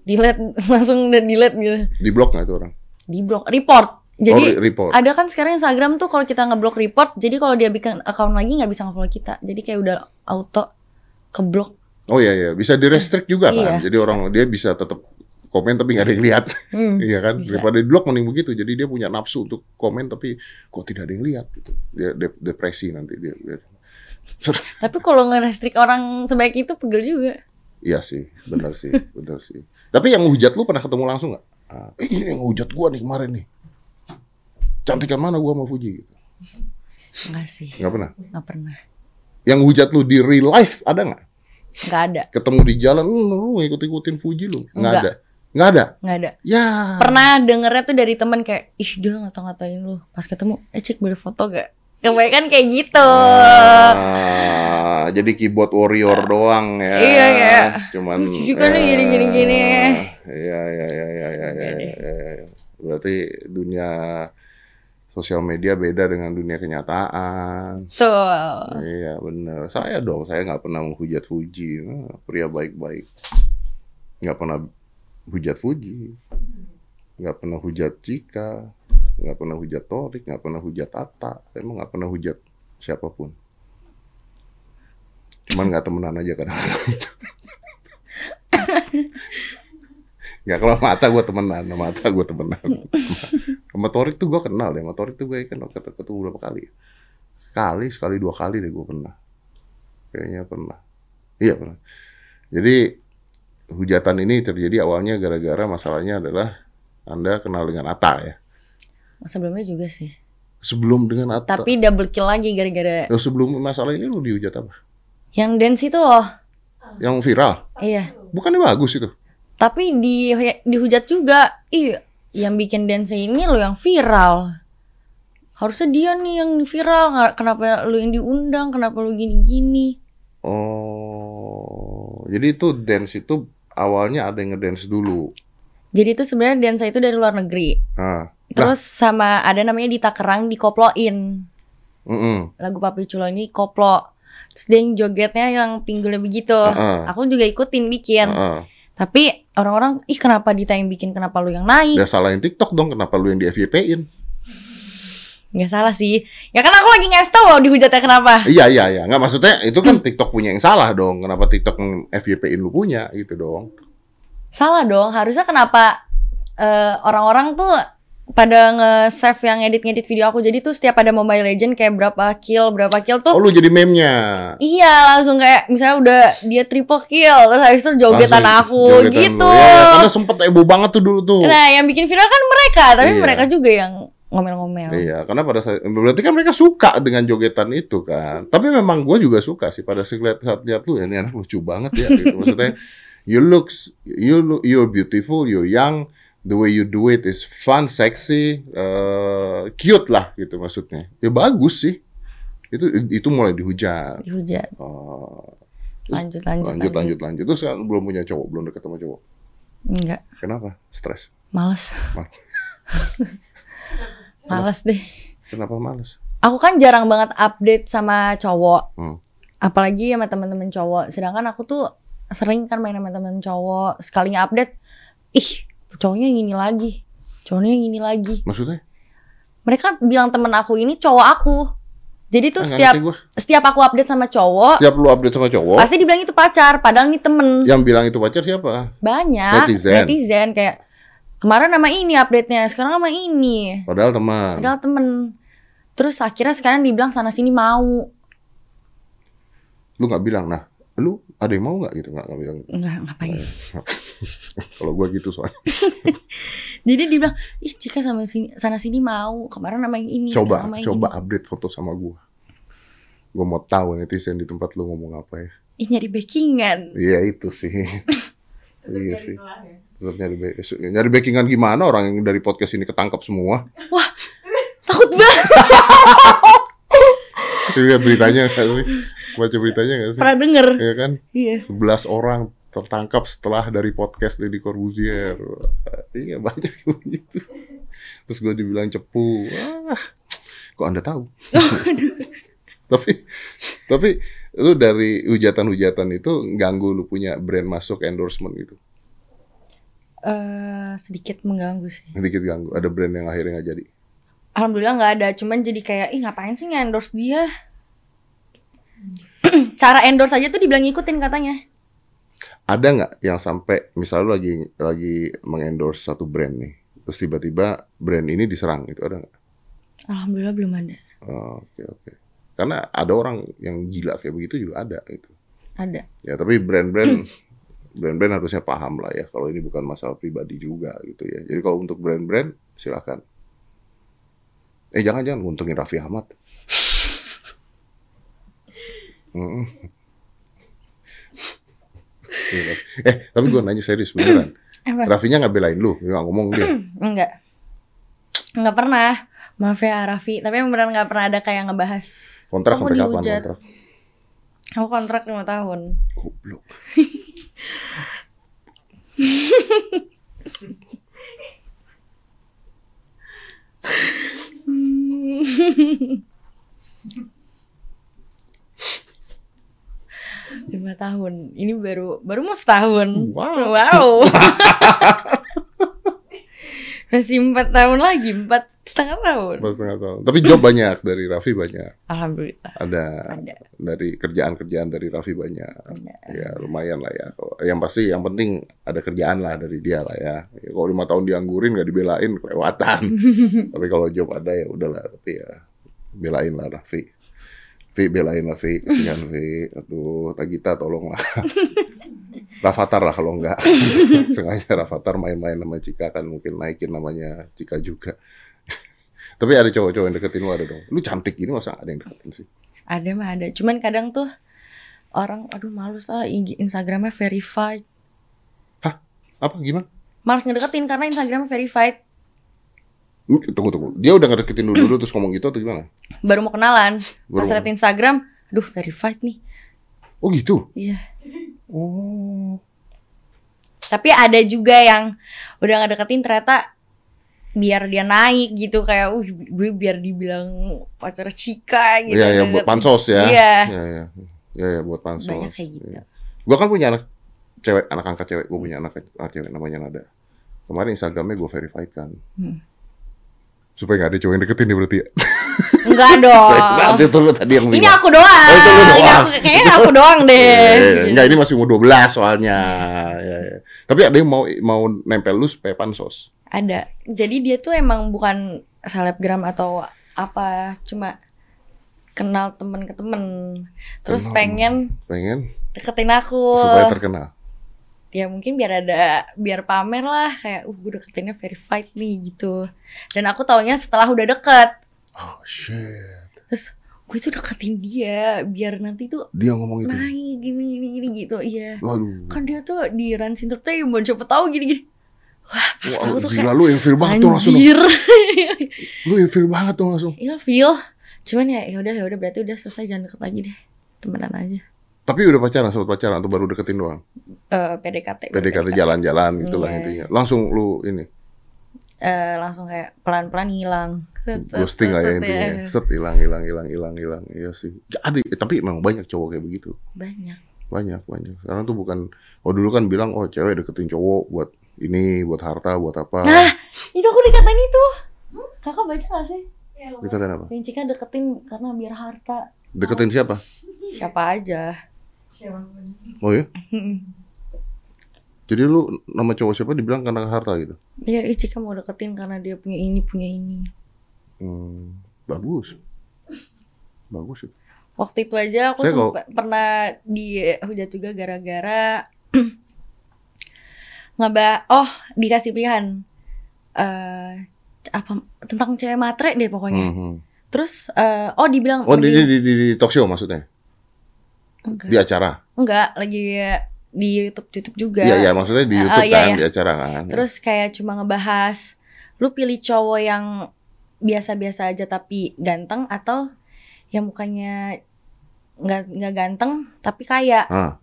B: Delete langsung udah delete gitu.
A: di blok nggak tuh orang?
B: Di blok report. Jadi
A: oh, re- report.
B: ada kan sekarang Instagram tuh kalau kita ngeblok report, jadi kalau dia bikin account lagi nggak bisa nge-follow kita. Jadi kayak udah auto keblok.
A: Oh iya iya, bisa di restrict juga kan.
B: Iya,
A: Jadi orang dia bisa tetap komen tapi nggak ada yang lihat.
B: Hmm.
A: Iya kan?
B: Bisa.
A: Daripada di blog mending begitu. Jadi dia punya nafsu untuk komen tapi kok tidak ada yang lihat gitu. Dia dep- depresi nanti dia. dia-
B: Tapi kalau ngerestrik orang sebaik itu pegel juga.
A: Iya sih, benar sih, benar sih. Tapi yang hujat lu pernah ketemu langsung nggak? Ah, "Eh, ini yang hujat gua nih kemarin nih. Cantikan mana gua sama Fuji gitu.
B: Enggak sih,
A: Nggak pernah.
B: nggak pernah.
A: Yang hujat lu di real life ada nggak?
B: Nggak ada,
A: Ketemu di jalan "Hmm, lu ikut-ikutin Fuji lu. Nggak
B: Nggak.
A: ada. Nggak ada.
B: nggak ada.
A: Ya.
B: Pernah dengernya tuh dari temen kayak, ih dia ngata-ngatain lu. Pas ketemu, eh cek boleh foto gak? Kebanyakan kayak gitu.
A: Ah, jadi keyboard warrior doang ya.
B: Iya, iya.
A: Cuman eh,
B: Lucu juga nih, gini, gini, gini.
A: Iya, iya, iya, iya, iya, iya,
B: Sebenarnya.
A: iya, iya. Berarti dunia sosial media beda dengan dunia kenyataan.
B: Tuh.
A: Iya, bener. Saya dong, saya nggak pernah menghujat Fuji. Nah, pria baik-baik. Nggak pernah hujat Fuji. Nggak pernah hujat Cika. Nggak pernah hujat Torik. Nggak pernah hujat Tata. Emang nggak pernah hujat siapapun. Cuman nggak temenan aja kadang-kadang. Ya kalau mata gue temenan, mata gue temenan. Sama Torik tuh gue kenal deh, sama Torik tuh gue kan ket- ketemu berapa kali sekali sekali dua kali deh gue pernah kayaknya pernah iya pernah jadi hujatan ini terjadi awalnya gara-gara masalahnya adalah anda kenal dengan Atta ya
B: Sebelumnya juga sih.
A: sebelum dengan Atta
B: Tapi double kill lagi gara-gara
A: Nah, sebelum masalah ini lu dihujat apa
B: yang dance itu loh.
A: yang viral
B: Iya.
A: bukannya bagus itu
B: Tapi di dihujat juga. Iya. Yang bikin dance ini lo yang viral. Harusnya dia nih yang viral. Nggak- Kenapa lu yang diundang? Kenapa lu gini-gini?
A: oh jadi itu dance itu awalnya ada yang ngedance dulu
B: Jadi itu sebenarnya dance itu dari luar negeri.
A: nah
B: Terus sama ada namanya di Takerang dikoploin.
A: nah, mm-mm.
B: Lagu Papi Culo ini koplo. Terus dia yang jogetnya yang pinggulnya begitu.
A: Heeh.
B: Aku juga ikutin bikin.
A: Heeh.
B: Tapi orang-orang, ih kenapa Dita yang bikin, kenapa lu yang
A: ya
B: naik?
A: salahin TikTok dong kenapa lu yang di FYP-in
B: Nggak salah sih. Ya kan aku lagi ngasih tau loh dihujatnya kenapa.
A: Iya iya iya, nggak maksudnya itu kan TikTok punya yang salah dong. Kenapa TikTok FYP-in lu punya gitu dong?
B: Salah dong, harusnya kenapa eh, orang-orang tuh pada nge-save yang edit-ngedit video aku. Jadi tuh setiap ada Mobile Legend kayak berapa kill, berapa kill tuh
A: Oh lu jadi meme-nya.
B: Iya langsung kayak misalnya udah dia triple kill terus habis itu jogetan
A: Langsung
B: aku
A: jogetan lu.
B: gitu.
A: Ya, ya, karena sempet heboh banget tuh dulu tuh.
B: Nah yang bikin viral kan mereka tapi
A: Iya.
B: mereka juga yang ngomel-ngomel.
A: Iya, karena pada saat berarti kan mereka suka dengan jogetan itu kan. Tapi memang gue juga suka sih pada saat lihat saat lihat lu ini anak lucu banget ya. Gitu. Maksudnya you looks you look you're beautiful, you're young, the way you do it is fun, sexy, eh, cute lah gitu maksudnya. Ya bagus sih. Itu itu mulai dihujat.
B: Dihujat
A: Oh,
B: lanjut lanjut
A: lanjut, lanjut, lanjut. Terus kan belum punya cowok, belum deket sama cowok.
B: Enggak
A: Kenapa? Stres.
B: males.
A: Mal-
B: males deh.
A: Kenapa males?
B: Aku kan jarang banget update sama cowok.
A: Hmm.
B: Apalagi sama teman-teman cowok. Sedangkan aku tuh sering kan main sama teman cowok. Sekalinya update, ih cowoknya yang ini lagi, cowoknya yang ini lagi.
A: Maksudnya?
B: mereka bilang temen aku ini cowok aku Jadi tuh
A: Ah, nggak
B: setiap
A: ngerti gua.
B: setiap aku update sama cowok,
A: Setiap lu update sama cowok,
B: pasti dibilang itu pacar, padahal ini temen.
A: yang bilang itu pacar siapa?
B: Banyak
A: Netizen.
B: netizen kayak kemarin sama ini update-nya, sekarang sama ini.
A: Padahal teman.
B: Padahal temen. Terus akhirnya sekarang dibilang sana sini mau.
A: Lu nggak bilang, nah, lu ada yang mau nggak gitu? Nggak nggak bilang.
B: Enggak, ngapain.
A: Kalau gua gitu soalnya.
B: Jadi dibilang, "Ih, Cika sama sini sana sini mau. Kemarin sama yang ini,
A: Coba,
B: sekarang sama yang
A: coba update foto sama gua. Gua mau tahu netizen di tempat lu ngomong apa ya.
B: ini." Ih, nyari backingan.
A: Iya itu sih.
D: Tetep
A: Iya
D: jadi
A: sih.
D: salah ya.
A: Tetap nyari, ba- nyari backingan gimana orang yang dari podcast ini ketangkap semua.
B: Takut banget.
A: Lihat beritanya nggak sih? Baca beritanya nggak sih?
B: Pernah denger.
A: Iya kan?
B: Iya.
A: 11 orang tertangkap setelah dari podcast Deddy Corbuzier. Wah, Iya banyak yang begitu. Terus gue dibilang cepu. Wah, kok anda tahu? tapi tapi lu dari hujatan-hujatan itu ganggu lu punya brand masuk endorsement gitu.
B: Eh, sedikit mengganggu sih.
A: Sedikit ganggu. Ada brand yang akhirnya nggak jadi.
B: Alhamdulillah nggak ada, cuman jadi kayak, ih ngapain sih nge-endorse dia? Cara endorse aja tuh dibilang ngikutin katanya.
A: Ada nggak yang sampai misal lu lagi lagi mengendorse satu brand nih, terus tiba-tiba brand ini diserang itu ada nggak?
B: Alhamdulillah belum ada.
A: Oh, Oke oke. Karena ada orang yang gila kayak begitu juga ada gitu.
B: Ada.
A: Ya tapi brand-brand
B: Hmm.
A: brand-brand harusnya paham lah ya kalau ini bukan masalah pribadi juga gitu ya. Jadi kalau untuk brand-brand silakan. Eh jangan-jangan nguntungin Raffi Ahmad. Mm. eh tapi gue nanya serius beneran.
B: Apa?
A: Raffinya nggak belain lu, nggak ngomong dia.
B: Enggak. Enggak pernah. Maaf ya Raffi, tapi emang beneran nggak pernah ada kayak ngebahas.
A: Kontrak
B: Kamu
A: sampai kapan
B: dihujat.
A: kontrak?
B: Aku kontrak 5 tahun.
A: Goblok.
B: lima tahun ini baru baru mau setahun
A: Wow.
B: masih empat tahun lagi empat setengah tahun
A: Pas setengah tahun. Tapi job banyak dari Raffi banyak.
B: alhamdulillah
A: Ada
B: ada
A: dari kerjaan-kerjaan dari Raffi banyak.
B: ada
A: Ya lumayan lah ya. Kalau- Yang pasti yang penting ada kerjaan lah dari dia lah ya. Ya, Kalau lima tahun dianggurin nggak dibelain kelewatan. Tapi kalau job ada ya udahlah. Tapi ya belain lah Raffi. Vi belain lah Vi, kesian Vi. Aduh, Tagita tolong lah. Rafathar lah kalau enggak. Sengaja Rafathar main-main sama Cika kan mungkin naikin namanya Cika juga. Tapi ada cowok-cowok yang deketin lu ada dong. Lu cantik gini masa ada yang deketin sih?
B: ada mah ada cuman kadang tuh orang aduh malus ah IG Instagramnya verified
A: Apa gimana?
B: malas ngedeketin karena Instagramnya verified
A: Lu- Tunggu tunggu. Dia udah ngedeketin lu dulu terus ngomong gitu atau gimana?
B: baru mau kenalan
A: Baru
B: pas liat Instagram aduh verified nih
A: Oh gitu.
B: iya
A: Oh.
B: tapi ada juga yang udah ngedeketin ternyata biar dia naik gitu kayak uh gue biar dibilang pacar Cika gitu
A: Iya ya buat pansos ya.
B: Iya.
A: Iya iya. Iya ya, buat pansos.
B: banyak kayak gitu
A: Iya. Gua kan punya anak cewek, anak angkat cewek. Gua punya anak, anak cewek namanya Nada. Kemarin Instagramnya gue verified kan.
B: Hmm.
A: Supaya gak ada cowok yang deketin dia berarti ya.
B: enggak
A: Nah,
B: dong
A: itu lu tadi yang
B: Oh. ini
A: bilang.
B: aku doang,
A: Oh, itu lu
B: Ini
A: doang.
B: aku- kayaknya aku ya. doang deh
A: Iya, Enggak, ini masih umur 12 soalnya. Iya, iya. Tapi ada yang mau mau nempel lu supaya pansos.
B: ada jadi dia tuh emang bukan selebgram atau apa cuma kenal temen ke temen
A: Kenal.
B: terus pengen
A: Pengen
B: deketin aku
A: supaya terkenal.
B: ya mungkin biar ada biar pamer lah kayak uh gue deketinnya verified nih gitu dan aku taunya setelah udah deket
A: Oh shit.
B: terus gue tuh deketin dia biar nanti tuh
A: Dia ngomong itu.
B: naik gini gini gini gitu iya
A: Waduh.
B: Nah, kan dia tuh di Rans Entertainment siapa tahu gini gini wah pas
A: Wah,
B: tahu tuh
A: gila
B: kayak
A: lu ilfil banget tuh langsung.
B: anjir
A: Lu ilfil banget tuh langsung.
B: iya feel cuman ya ya udah ya udah berarti udah selesai jangan deket lagi deh temenan aja
A: Tapi udah pacaran, sempat pacaran atau baru deketin doang?
B: Eh PDKT
A: PDKT jalan-jalan gitu lah
B: Iya.
A: intinya. Langsung lu ini
B: Eh, langsung kayak pelan pelan hilang Set, set,
A: ghosting lah ya
B: set, set,
A: intinya.
B: ya.
A: Set hilang hilang hilang hilang hilang. Iya sih. Ada tapi memang banyak cowok kayak begitu.
B: banyak
A: Banyak banyak. Sekarang tuh bukan oh dulu kan bilang oh cewek deketin cowok buat ini, buat harta, buat apa.
B: Nah, itu aku dikatain itu. Hmm? Kakak baca gak sih?
A: Deketin apa?
B: Bincika deketin karena biar harta.
A: Deketin siapa?
B: Iya. Siapa aja.
A: Oh iya? Jadi lu nama cowok siapa dibilang karena harta gitu?
B: Iya, ih, Cika mau deketin karena dia punya ini, punya ini.
A: Hmm, bagus. Bagus ya.
B: Waktu itu aja aku
A: Saya kalau-
B: sempat pernah dihujat juga gara-gara ngaba oh dikasih pilihan eh apa tentang cewek matre deh pokoknya.
A: Mhm.
B: Terus eh, oh dibilang
A: Oh, di, di, di, di talk show maksudnya?
B: enggak,
A: Di acara?
B: enggak lagi di YouTube YouTube juga.
A: Iya, iya. Maksudnya di
B: Ah,
A: Youtube
B: iya,
A: kan?
B: iya.
A: Di acara kan?
B: Terus kayak cuma ngebahas lu pilih cowok yang biasa-biasa aja tapi ganteng atau yang mukanya nggak nggak ganteng tapi kaya.
A: Ah.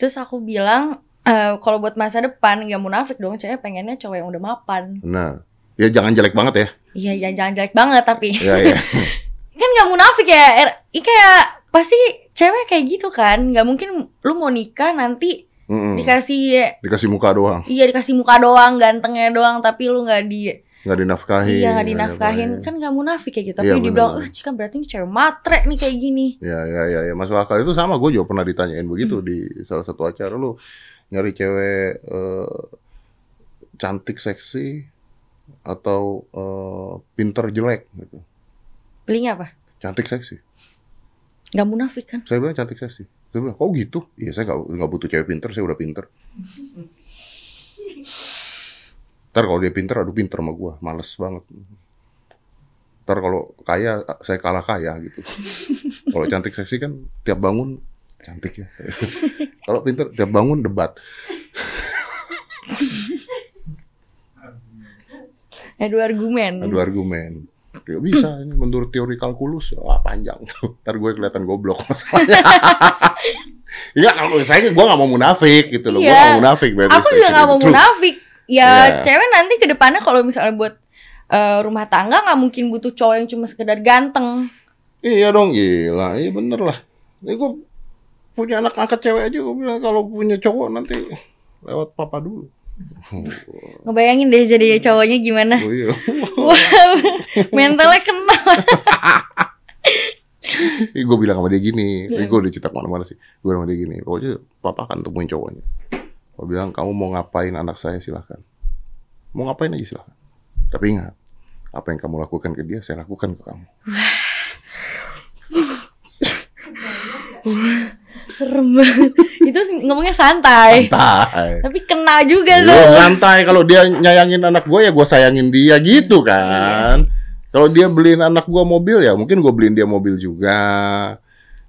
B: Terus aku bilang "Eh, kalau buat masa depan nggak munafik dong cewek pengennya cowok yang udah mapan.
A: Nah. Ya jangan jelek banget ya.
B: Iya jangan, jangan jelek banget tapi
A: Iya, iya.
B: kan nggak munafik ya. Er- i kayak pasti cewek kayak gitu kan nggak mungkin lu mau nikah nanti
A: Mm-mm.
B: dikasih
A: Dikasih muka doang,
B: iya dikasih muka doang gantengnya doang tapi lu nggak di
A: nggak dinafkahin.
B: Iya nggak dinafkahin
A: diapain.
B: kan nggak munafik kayak gitu.
A: Iya,
B: Tapi
A: benar,
B: dibilang,
A: benar.
B: wah cika berarti ini cewek matre nih kayak gini.
A: Ya, ya, ya, ya. Masuk akal itu sama. Gue juga pernah ditanyain begitu
B: Hmm.
A: di salah satu acara lu nyari cewek eh, cantik, seksi, atau eh, pinter jelek gitu.
B: Pilihnya apa?
A: Cantik seksi.
B: Nggak munafik kan?
A: Saya bilang cantik seksi. Dia bilang, kok gitu? Iya, saya nggak nggak butuh cewek pinter, saya udah pinter. Ntar kalau dia pinter, aduh pinter sama gue, males banget. Ntar kalau kaya, saya kalah kaya gitu. kalau cantik seksi kan tiap bangun cantik ya. kalau pinter, tiap bangun debat.
B: Ada argumen.
A: Adu argumen. Ya bisa, ini menurut teori kalkulus, wah panjang tuh. Ntar gue kelihatan goblok masalahnya. Iya, kalau saya gue gak mau munafik gitu loh. Gue
B: Iya.
A: gak mau munafik. berarti saya
B: Aku juga nggak
A: cerita
B: mau
A: truth.
B: munafik.
A: Iya.
B: Ya cewek nanti ke depannya kalau misalnya buat eh, rumah tangga nggak mungkin butuh cowok yang cuma sekedar ganteng.
A: Iya dong, gila. Iya bener lah. Ini gue punya anak angkat cewek aja, gue bilang kalau punya cowok nanti lewat papa dulu.
B: Ngebayangin deh jadi cowoknya gimana?
A: Oh, iya.
B: Wow, mentalnya kena.
A: Ih, gue bilang sama dia gini, ini gue udah cerita kemana-mana sih. Gue bilang sama dia gini, pokoknya papa akan temuin cowoknya. Gue bilang, kamu mau ngapain anak saya silahkan. Mau ngapain aja silahkan. Tapi ingat, apa yang kamu lakukan ke dia, saya lakukan ke kamu.
B: Serem banget. Itu ngomongnya santai. Iya,
A: Santai.
B: Tapi kena juga
A: Lu
B: tuh.
A: santai, kalau dia nyayangin anak gue ya gue sayangin dia gitu kan. Kalau dia beliin anak gue mobil ya mungkin gue beliin dia mobil juga.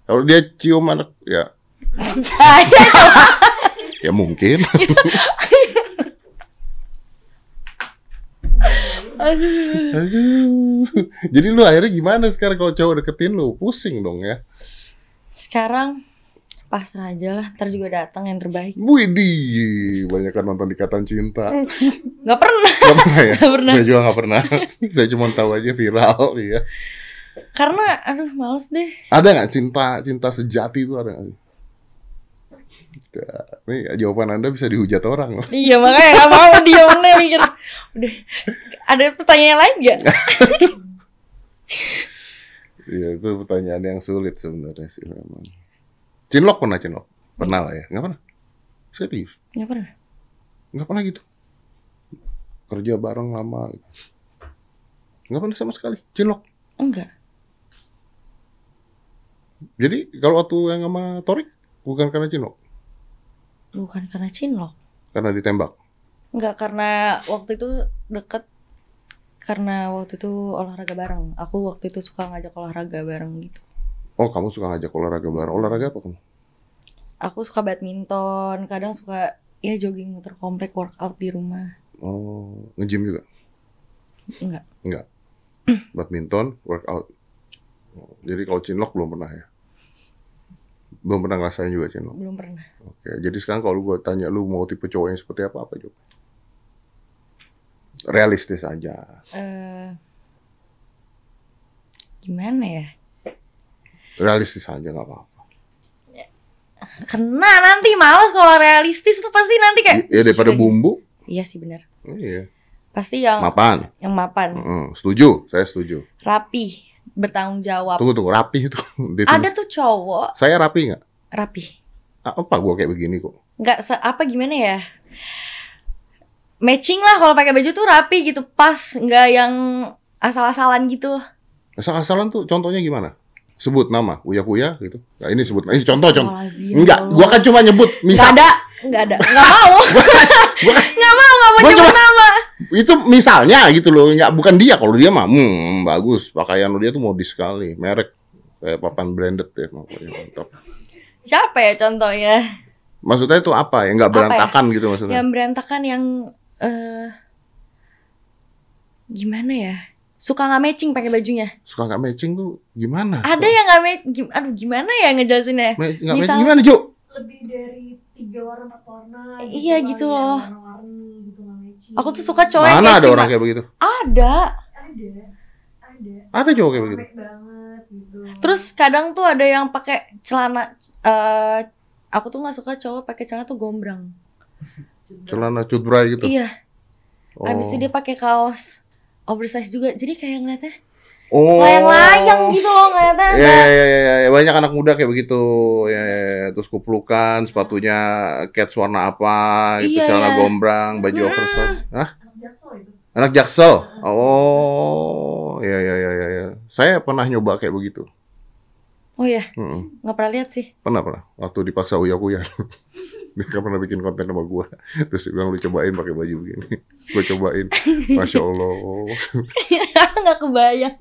A: Kalau dia cium anak, ya
B: iya.
A: ya mungkin.
B: Aduh.
A: Aduh. Jadi lu akhirnya gimana sekarang kalau cowok deketin lu? Pusing dong ya.
B: Sekarang pasrah aja lah, ntar juga datang yang terbaik.
A: Widih, banyak kan nonton Ikatan Cinta.
B: Nggak pernah,
A: Gak pernah ya?
B: nggak pernah.
A: Saya juga gak pernah. Saya cuma tahu aja viral, iya.
B: Karena, aduh males deh.
A: Ada nggak cinta cinta sejati itu ada nggak? sih? Nggak. Ini jawaban anda bisa dihujat orang.
B: Iya makanya nggak mau diamnya mikir. Udah, ada pertanyaan lain nggak?
A: Iya, itu pertanyaan yang sulit sebenarnya sih memang. Cinlok pernah cinlok? Pernah lah ya? Nggak pernah? Serius?
B: Nggak pernah.
A: Nggak pernah gitu. Kerja bareng lama. gitu. Nggak pernah sama sekali. Cinlok.
B: Enggak.
A: Jadi kalau waktu yang sama Torik bukan karena cinlok,
B: Bukan karena cinlok.
A: karena ditembak.
B: Enggak karena waktu itu deket. Karena waktu itu olahraga bareng. Aku waktu itu suka ngajak olahraga bareng gitu.
A: Oh kamu suka ngajak olahraga bareng. Olahraga apa kamu?
B: Aku suka badminton. Kadang suka ya jogging muter komplek workout di rumah.
A: Oh nge-gym juga?
B: Enggak.
A: Enggak. Badminton, workout. Oh, Jadi kalau cinlok belum pernah ya? Belum pernah ngerasain juga cinlok.
B: Belum pernah.
A: Oke. Jadi sekarang kalau gue tanya lu mau tipe cowok yang seperti apa apa juga? Realistis aja.
B: eh gimana ya?
A: Realistis aja nggak apa-apa.
B: Kena nanti males kalau realistis tuh pasti nanti kayak.
A: Ya daripada
B: Iya,
A: bumbu.
B: Iya sih benar.
A: Iya.
B: Pasti yang
A: Mapan.
B: yang mapan,
A: Mm, setuju, saya setuju.
B: rapih, bertanggung jawab.
A: Tunggu tunggu rapi itu. Dia tulis,
B: Ada tuh cowok
A: Saya rapi nggak?
B: rapih.
A: Ah, Apa gua kayak begini kok?
B: Nggak se apa gimana ya? Matching lah kalau pakai baju tuh rapi gitu, pas, nggak yang asal-asalan gitu.
A: Asal-asalan tuh contohnya gimana? Sebut nama, uya-uya gitu. Nah, ini sebut, ini contoh contoh.
B: Astagfirullahaladzim.
A: Enggak, gua kan cuma nyebut
B: Nggak
A: misal.
B: ada, nggak ada, nggak mau,
A: Gua kan-
B: nggak mau, nggak mau
A: Gua
B: nyebut
A: cuma-
B: nama.
A: itu misalnya gitu loh, nggak bukan dia. Kalau dia mah, hmm, bagus. Pakaian lo dia tuh modis sekali, merek kayak papan branded ya. pokoknya mantap.
B: Siapa ya contohnya?
A: Maksudnya itu apa ya? Nggak
B: Apa ya?
A: berantakan gitu maksudnya.
B: Yang berantakan yang eh gimana ya? Suka nggak matching pakai bajunya.
A: Suka nggak matching tuh gimana?
B: Ada yang nggak matching. Aduh gimana ya ngejelasinnya?
A: Ma- nggak
B: misal-
A: matching gimana, Ju?
D: lebih dari tiga warna empat warna
B: Iya, gitu
D: kali ya,
B: loh.
D: warna-warni gitu nggak matching.
B: Aku tuh suka cowok yang
A: Mana ada
B: matching,
A: orang
B: Pak.
A: kayak begitu?
B: Ada.
D: ada ada
A: Ada cowok kayak begitu.
B: Iya.
D: Lembek banget gitu
B: Terus kadang tuh ada yang pakai celana eh aku tuh nggak suka cowok pakai celana tuh gombrang.
A: Celana cutbray gitu.
B: Iya,
A: Oh.
B: habis itu dia pakai kaos oversize juga. Jadi kayak ngeliatnya
A: oh.
B: layang-layang gitu loh ngeliatnya.
A: Ya, ya, ya, ya, ya, banyak anak muda kayak begitu. Ya, ya, ya. terus kuplukan, sepatunya cats warna apa, gitu,
B: Iya,
A: celana
B: iya.
A: gombrang, baju
B: Mm-mm.
A: oversize. Hah?
D: anak jaksel itu
A: Anak Jaksel. Oh, ya ya ya ya ya. Saya pernah nyoba kayak begitu.
B: Oh iya,
A: Mm-mm.
B: nggak pernah lihat sih.
A: Pernah pernah. Waktu dipaksa uya kuya. Dia kan pernah bikin konten sama gua. Terus dia bilang lu cobain pakai baju begini. Gua cobain. Masya Allah.
B: nggak kebayang.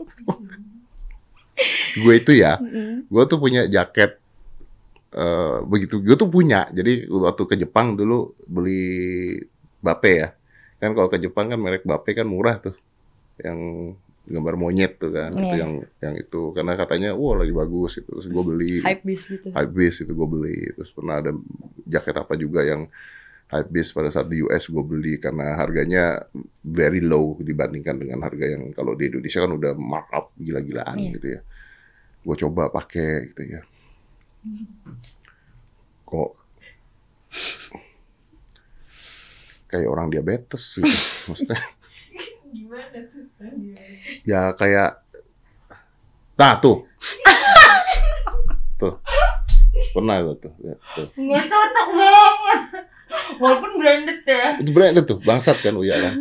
A: gue itu ya,
B: Mm-mm.
A: gue tuh punya jaket eh begitu gue tuh punya jadi waktu ke Jepang dulu beli bape ya kan kalau ke Jepang kan merek bape kan murah tuh yang gambar monyet tuh kan itu
B: Iya.
A: yang yang itu karena katanya wah lagi bagus itu terus gue beli
B: Hype bis gitu.
A: habis itu gue beli terus pernah ada jaket apa juga yang habis pada saat di US gue beli karena harganya very low dibandingkan dengan harga yang kalau di Indonesia kan udah markup gila-gilaan
B: Iya.
A: gitu ya gue coba pakai gitu ya kok kayak orang diabetes gitu maksudnya
D: gimana tuh Gimana?
A: ya kayak nah tuh tuh pernah gue tuh, lihat tuh.
D: nggak cocok banget walaupun branded ya
A: itu branded tuh bangsat kan Uya kan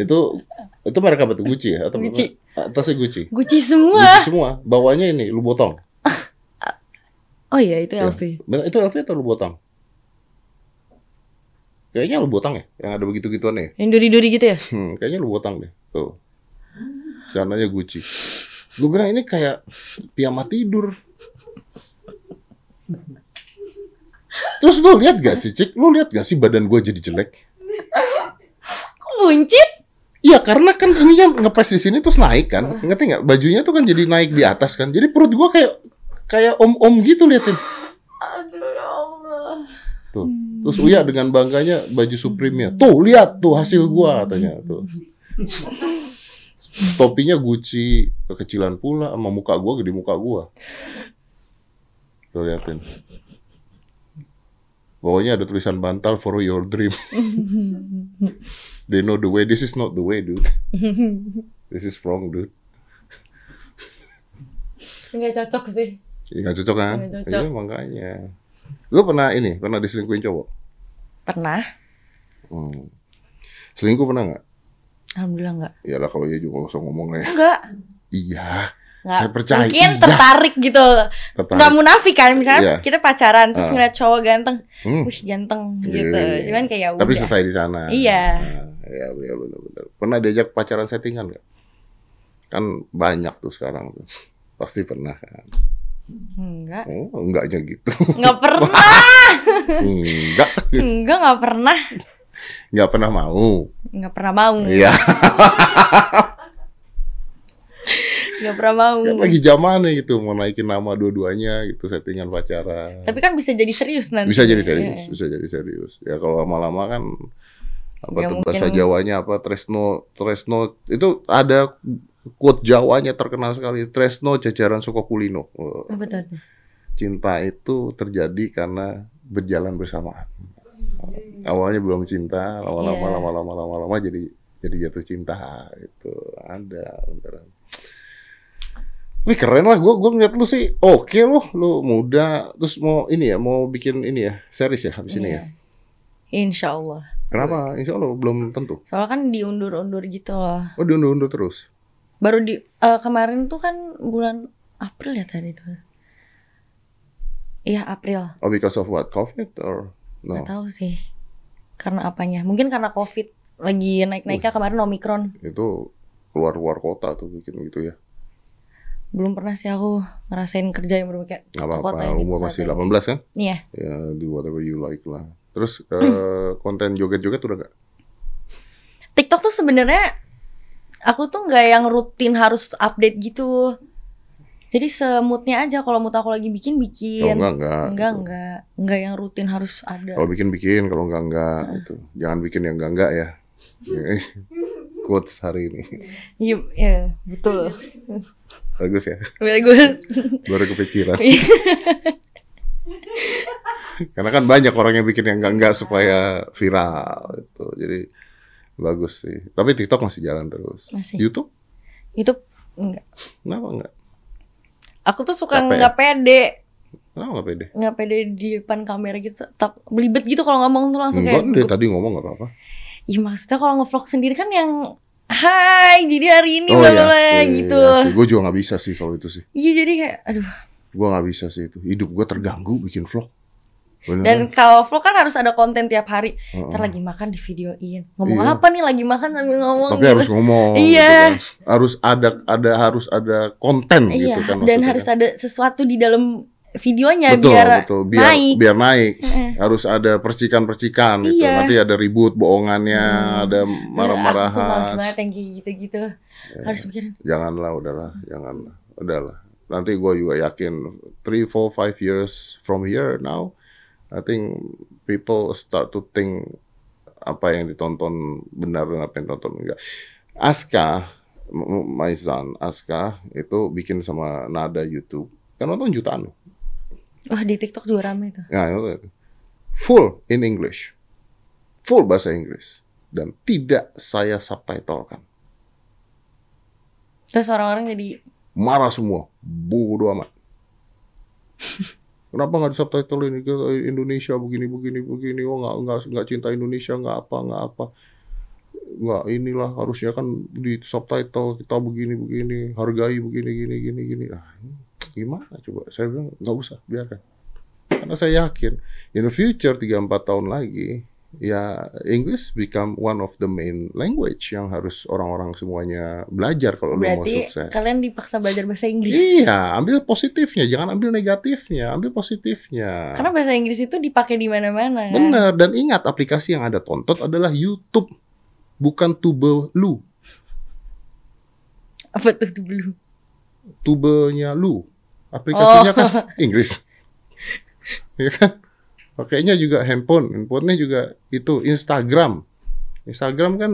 A: itu itu mereka apa tuh Gucci ya atau
B: Gucci.
A: apa? atasnya Gucci
B: Gucci
A: Gucci
B: semua.
A: semua bawahnya ini lu botong
B: Oh iya itu
A: Iya.
B: LV.
A: Bener, itu LV atau lu botong kayaknya lu botong ya yang ada begitu gituannya ya?
B: Yang duri-duri gitu ya?
A: hmm, kayaknya lu botong deh tuh celananya Gucci gue bilang ini kayak piyama tidur Terus lu lihat gak sih, Cik? Lu lihat gak sih badan gue jadi jelek?
B: Kok buncit?
A: Iya karena kan ini kan ngepres di sini terus naik kan, ngerti nggak? Bajunya tuh kan jadi naik di atas kan, jadi perut gua kayak kayak om-om gitu liatin.
D: aduh ya allah
A: Tuh, terus Uya dengan bangganya baju Supreme-nya. Tuh lihat tuh hasil gua katanya tuh. Topinya Gucci, kekecilan pula sama muka gua gede muka gua. Tuh liatin. Bawahnya ada tulisan bantal for your dream. They know the way. This is not the way, dude. This is wrong, dude.
B: Nggak cocok sih.
A: Ini nggak cocok kan?
B: Nggak cocok.
A: Iya makanya. Lu pernah ini, pernah diselingkuhin cowok?
B: Pernah?
A: Hmm. Selingkuh pernah nggak?
B: Alhamdulillah nggak.
A: Iyalah kalau iya juga nggak usah ngomong lah ya.
B: Enggak.
A: Iya,
B: Nggak.
A: Saya percaya,
B: Mungkin
A: iya.
B: tertarik gitu.
A: tertarik.
B: Nggak munafik kan misalnya
A: Iya.
B: kita pacaran terus
A: Ah.
B: ngeliat cowok ganteng,
A: Hmm.
B: wih ganteng
A: Iya,
B: gitu.
A: iya, iya.
B: Cuman kayak ya
A: Tapi
B: udah.
A: selesai di sana.
B: Iya.
A: Nah, Iya, iya benar-benar. Pernah diajak pacaran settingan nggak? Kan banyak tuh sekarang tuh. Pasti pernah kan?
B: Enggak.
A: Oh, enggaknya gitu.
B: Enggak pernah.
A: Enggak,
B: Enggak enggak pernah.
A: enggak pernah mau.
B: Enggak pernah mau.
A: Iya,
B: Enggak pernah mau.
A: kan lagi zamannya gitu mau naikin nama dua-duanya gitu settingan pacaran.
B: Tapi kan bisa jadi serius nanti.
A: bisa jadi serius
B: Iya.
A: bisa jadi serius ya kalau lama-lama kan apa
B: Ya,
A: tuh
B: mungkin-
A: bahasa Jawanya apa Tresno Tresno itu ada quote Jawanya terkenal sekali Tresno jajaran Sukokulino Wah,
B: Apa tuh?
A: cinta itu terjadi karena berjalan bersamaan awalnya belum cinta lama-lama
B: Hmm. Iya.
A: lama-lama lama-lama jadi jadi jatuh cinta itu ada beneran. Wih keren lah, gue gua ngeliat lu sih oke lu, lu muda, terus mau ini ya, mau bikin ini ya, series ya habis ini ya.
B: Iya. Insya Allah.
A: Kenapa? Insya Allah belum tentu.
B: Soalnya kan diundur-undur gitu loh.
A: Oh diundur-undur terus.
B: Baru di eh, kemarin tuh kan bulan April ya tadi tuh. Iya April.
A: Oh because of what? Covid or no?
B: Nggak tahu sih. Karena apanya? Mungkin karena COVID lagi naik-naiknya kemarin Omikron.
A: Itu keluar-keluar kota tuh bikin gitu ya.
B: Belum pernah sih aku ngerasain kerja yang berbeda kayak
A: Gak
B: ke kota
A: apa-apa,
B: ini,
A: umur
B: ke
A: masih
B: kota ini.
A: 18 kan?
B: Iya.
A: Ya do whatever you like lah. Terus eh,
B: Hmm.
A: konten joget-joget udah gak?
B: TikTok tuh sebenarnya aku tuh nggak yang rutin harus update gitu. Jadi semutnya aja kalau mood aku lagi bikin
A: Kalau
B: bikin.
A: enggak, enggak.
B: enggak,
A: gitu. Oh.
B: enggak. Enggak yang rutin harus ada.
A: Kalau bikin bikin, kalau enggak enggak gitu. Jangan bikin yang enggak enggak ya. Quotes hari ini
B: Iya, iya, betul.
A: bagus ya.
B: Bagus.
A: Baru kepikiran.
B: Iya.
A: Karena kan banyak orang yang bikin yang enggak enggak supaya viral itu. Jadi bagus sih. Tapi TikTok masih jalan terus.
B: Masih.
A: YouTube
B: YouTube enggak.
A: kenapa enggak?
B: Aku tuh suka
A: Capek ya?
B: nggak pede,
A: Kenapa enggak pede?
B: nggak pede di depan kamera gitu, tak belibet gitu kalau ngomong tuh langsung
A: Enggak, dari
B: kayak.
A: tadi ngomong enggak apa-apa.
B: Iya maksudnya kalau ngevlog sendiri kan yang Hai, jadi hari ini bla
A: iya
B: bla bla,"
A: sih,
B: gitu.
A: iya sih. Gue juga nggak bisa sih kalau itu sih.
B: Iya jadi kayak aduh.
A: Gue nggak bisa sih itu. Hidup gue terganggu bikin vlog.
B: Dan
A: Beneran.
B: kalau vlog kan harus ada konten tiap hari.
A: Heeh.
B: Ntar lagi makan di videoin. Ngomong
A: Oh. Iya.
B: apa nih lagi makan sambil ngomong gitu.
A: tapi harus ngomong
B: Iya.
A: gitu kan. harus ada ada harus ada konten
B: Iya,
A: gitu kan
B: dan
A: maksudnya
B: harus
A: kan.
B: ada sesuatu di dalam videonya
A: betul,
B: biar,
A: betul. biar
B: naik.
A: biar naik
B: Heeh.
A: harus ada percikan-percikan gitu
B: Iya.
A: nanti ada ribut bohongannya
B: Hmm.
A: ada
B: Aku tuh males
A: marah-marahan Iya.
B: banget yang kayak gitu-gitu. Harus mikirin
A: janganlah udahlah janganlah udahlah nanti gue juga yakin three four five years from here now I think people start to think apa yang ditonton benar dan apa yang ditonton enggak Aska m- m- my son Aska itu bikin sama Nada YouTube kan nonton jutaan loh
B: Wah di TikTok juga rame tuh.
A: Nah, itu. full in English full bahasa Inggris dan tidak saya subtitle kan
B: Terus orang-orang jadi
A: marah semua bodoh amat kenapa nggak di subtitle ini ke Indonesia begini begini begini oh nggak nggak nggak cinta Indonesia nggak apa nggak apa nggak inilah harusnya kan di subtitle kita begini begini hargai begini gini gini gini ah, gimana coba saya bilang nggak usah biarkan karena saya yakin in the future 3-4 tahun lagi ya English become one of the main language yang harus orang-orang semuanya belajar kalau lu mau
B: berarti
A: sukses.
B: kalian dipaksa belajar bahasa Inggris.
A: Iya, ambil positifnya, jangan ambil negatifnya, ambil positifnya.
B: Karena bahasa Inggris itu dipakai di mana-mana. kan?
A: Bener, dan ingat aplikasi yang ada tonton adalah YouTube, bukan tube lu,
B: Apa tuh dulu?
A: tubenya lu. Aplikasinya
B: Oh.
A: kan Inggris. Iya kan? Pakainya juga handphone, handphonenya juga itu Instagram. Instagram kan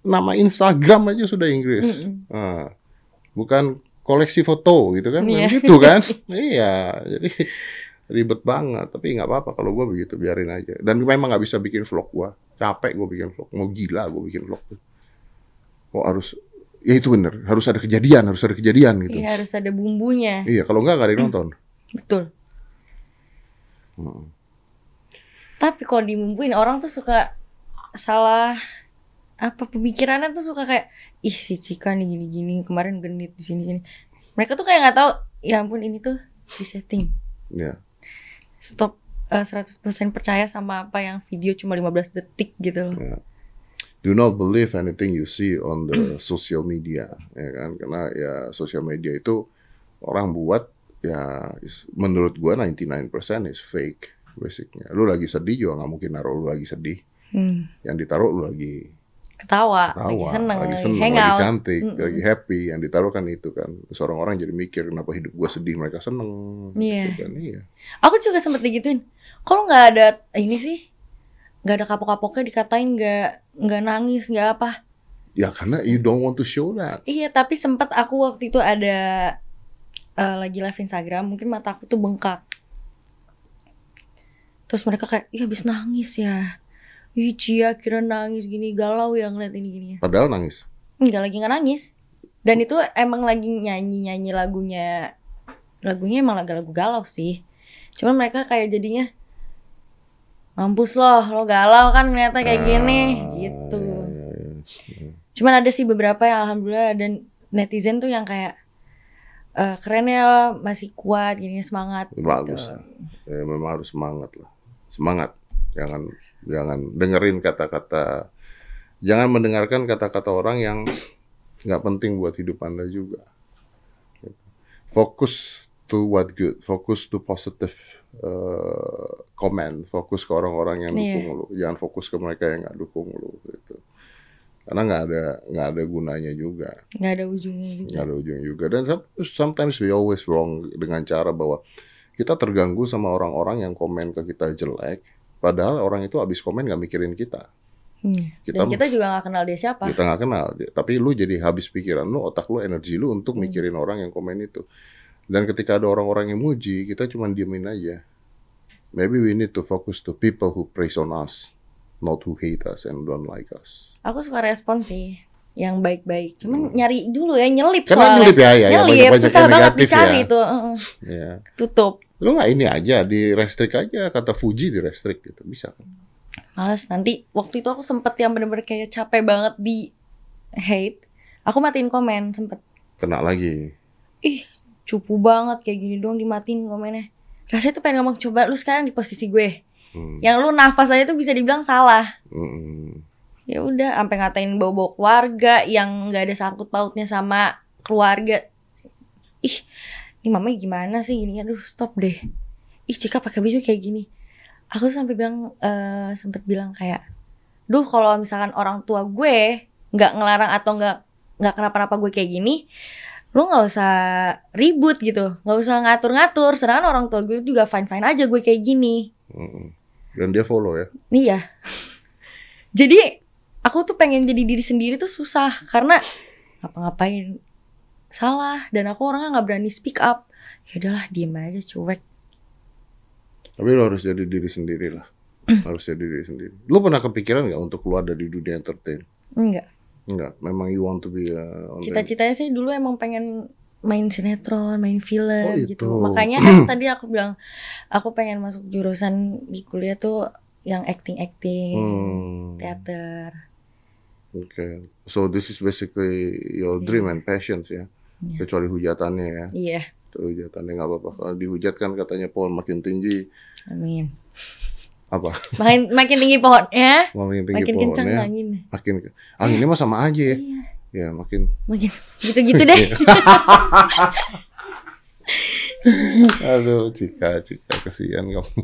A: nama Instagram aja sudah Inggris.
B: Mm-mm.
A: Nah, bukan koleksi foto gitu kan,
B: Iya.
A: gitu kan? iya, jadi ribet banget. Tapi nggak apa-apa kalau gue begitu biarin aja. Dan gua memang nggak bisa bikin vlog gue, capek gue bikin vlog, mau gila gue bikin vlog. Kok harus, ya itu bener, harus ada kejadian, harus ada kejadian gitu.
B: Iya harus ada bumbunya.
A: Iya, kalau nggak nggak ada yang
B: Hmm.
A: nonton.
B: Betul.
A: Mm.
B: Tapi kalau dibumbuin orang tuh suka salah apa pemikirannya tuh suka kayak ih si Cika nih gini-gini kemarin genit di sini gini. Mereka tuh kayak nggak tahu ya ampun ini tuh di setting.
A: Iya.
B: Stop eh, 100% percaya sama apa yang video cuma 15 detik gitu loh.
A: do not believe anything you see on
B: Hmm.
A: the social media ya kan karena ya social media itu orang buat ya is- menurut gua 99% is fake basicnya lu lagi sedih juga nggak mungkin naruh lu lagi sedih
B: Hmm.
A: yang ditaruh lu lagi
B: ketawa, lagi
A: tawa
B: seneng, lagi,
A: lagi seneng lagi,
B: hangout.
A: cantik
B: Mm-mm.
A: lagi happy yang ditaruh kan itu kan seorang orang jadi mikir kenapa hidup gua sedih mereka seneng
B: Iya.
A: gitu kan iya
B: Aku juga sempet digituin. Kalau nggak ada ini sih, nggak ada kapok-kapoknya dikatain nggak nggak nangis nggak apa.
A: ya karena you don't want to show that
B: Iya, tapi sempet aku waktu itu ada eh, lagi live Instagram, mungkin mata aku tuh bengkak. Terus mereka kayak, iya habis nangis ya. Ih Cia kira nangis gini galau ya ngeliat ini gini ya.
A: Padahal nangis.
B: Enggak lagi nggak nangis. Dan itu emang lagi nyanyi-nyanyi lagunya. Lagunya emang lagu-lagu galau sih. Cuman mereka kayak jadinya mampus loh, lo galau kan ngeliatnya kayak gini
A: Ah,
B: gitu.
A: iya, iya, iya.
B: Cuman ada sih beberapa yang alhamdulillah dan netizen tuh yang kayak eh keren ya masih kuat gini semangat. gitu.
A: Bagus. Ya, memang harus semangat lah. Semangat. Jangan jangan dengerin kata-kata jangan mendengarkan kata-kata orang yang nggak penting buat hidup Anda juga. Gitu. Fokus to what good, fokus to positive eh, comment, fokus ke orang-orang yang
B: Iya.
A: dukung lu, jangan fokus ke mereka yang nggak dukung lu gitu. Karena nggak ada nggak ada gunanya juga
B: nggak ada ujungnya juga.
A: nggak ada ujung juga dan som- sometimes we always wrong dengan cara bahwa kita terganggu sama orang-orang yang komen ke kita jelek padahal orang itu abis komen nggak mikirin kita
B: Hmm.
A: Kita- Ya.
B: Dan kita juga nggak kenal dia siapa.
A: kita nggak kenal tapi lu jadi habis pikiran lu otak lu energi lu untuk
B: Hmm.
A: mikirin orang yang komen itu dan ketika ada orang-orang yang muji kita cuma diemin aja maybe we need to focus to people who praise on us not who hate us and don't like us
B: Aku suka respon sih yang baik-baik. Cuman
A: Hmm.
B: nyari dulu ya nyelip
A: karena
B: soalnya.
A: nyelip ya ya, ya
B: nyelip
A: banyak-banyak
B: susah
A: yang
B: banget
A: negatif
B: dicari
A: ya.
B: tuh. Heeh.
A: Iya.
B: Tutup.
A: lu nggak ini aja di restrik aja kata Fuji di restrik gitu bisa kan
B: Males nanti waktu itu aku sempet yang bener-bener kayak capek banget di hate. Aku matiin komen sempet.
A: kena lagi
B: Ih, cupu banget kayak gini doang dimatiin komennya. Rasanya tuh pengen ngomong coba lu sekarang di posisi gue.
A: Hmm.
B: Yang lu nafas aja tuh bisa dibilang salah.
A: Mm-mm.
B: Ya udah, sampai ngatain bawa-bawa keluarga yang nggak ada sangkut pautnya sama keluarga. Ih, ini mama gimana sih gini? Aduh, stop deh. Ih, Cika pakai baju kayak gini. Aku tuh sampai bilang eh sempet bilang kayak, "Duh, kalau misalkan orang tua gue nggak ngelarang atau nggak nggak kenapa-napa gue kayak gini, lu nggak usah ribut gitu, nggak usah ngatur-ngatur. Sedangkan orang tua gue juga fine-fine aja gue kayak gini."
A: Mm-mm. hmm. dan dia follow ya
B: Iya. Jadi aku tuh pengen jadi diri sendiri tuh susah karena ngapa-ngapain salah dan aku orangnya nggak berani speak up. Ya udahlah diem aja cuek.
A: tapi lu harus jadi diri sendiri lah
B: Hmm.
A: harus jadi diri sendiri lu pernah kepikiran nggak untuk keluar dari dunia entertain
B: Enggak.
A: Enggak, memang you want to be uh, on the-
B: Cita-citanya sih dulu emang pengen main sinetron, main
A: Oh,
B: film
A: itu.
B: gitu. Makanya kan tadi aku bilang aku pengen masuk jurusan di kuliah tuh yang acting-acting,
A: Hmm,
B: teater.
A: Oke, so this is basically your dream and passions ya,
B: Iya.
A: kecuali hujatannya ya.
B: Iya,
A: Hujatannya nggak apa-apa. Kalau dihujat kan katanya pohon makin tinggi,
B: amin.
A: apa?
B: Makin makin tinggi pohonnya,
A: Makin tinggi
B: makin kencang
A: pohonnya,
B: anginnya.
A: makin anginnya mah sama aja ya.
B: Iya.
A: Ya makin.
B: Makin gitu-gitu deh.
A: Iya. Aduh, Cika, Cika kesian kamu.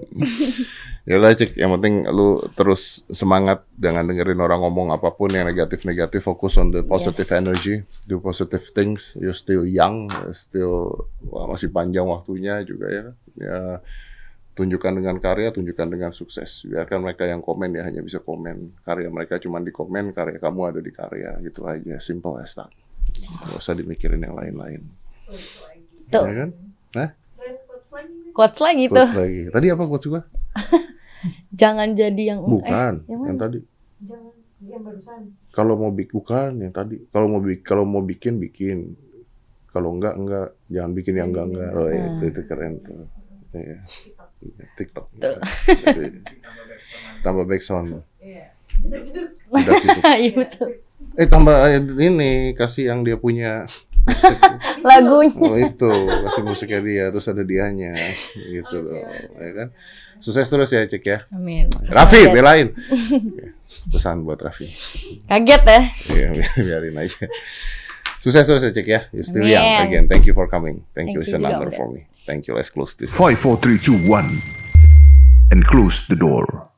A: ya udah Cik, yang penting lu terus semangat jangan dengerin orang ngomong apapun yang negatif-negatif, fokus on the positive
B: Yes.
A: energy, do positive things. You're still young, still wah, masih panjang waktunya juga ya. Ya tunjukkan dengan karya, tunjukkan dengan sukses. Biarkan mereka yang komen ya hanya bisa komen. Karya mereka cuma di komen, karya kamu ada di karya gitu aja. Simple as that. Gak usah dimikirin yang lain-lain.
B: Tuh.
A: Ya kan?
B: Quotes lagi tuh.
A: Quotes lagi. Tadi apa quotes gua?
B: Jangan jadi yang eh,
A: Bukan,
B: yang
A: yang,
B: mana?
A: tadi.
D: Jangan, yang barusan.
A: Kalau mau bikin bukan yang tadi. Kalau mau bikin kalau mau bikin bikin. Kalau enggak enggak, jangan bikin yang enggak enggak. Oh, iya,
B: Ah.
A: itu, itu keren tuh. Iya. Iya, TikTok.
B: Tuh.
A: Jadi, tambah backsound.
D: Iya. Jeduk-jeduk.
A: Udah gitu.
B: Iya, betul.
A: Eh tambah eh, ini kasih yang dia punya musik.
B: Lagunya.
A: Oh itu kasih musiknya dia terus ada dianya gitu loh, ya kan? Sukses terus ya cek ya.
B: Amin. Makasih,
A: Raffi
B: Kaget.
A: belain. Oke, Pesan buat Raffi.
B: Kaget ya.
A: Iya, bi- biarin aja. Sukses terus ya cek ya. You're still young
B: Amin.
A: again. Thank you for coming. Thank, you. It's
B: Thank you
A: an
B: juga
A: honor
B: udah.
A: for me. Thank you. Let's close this.
C: 5, 4, 3, 2, 1. And close the door.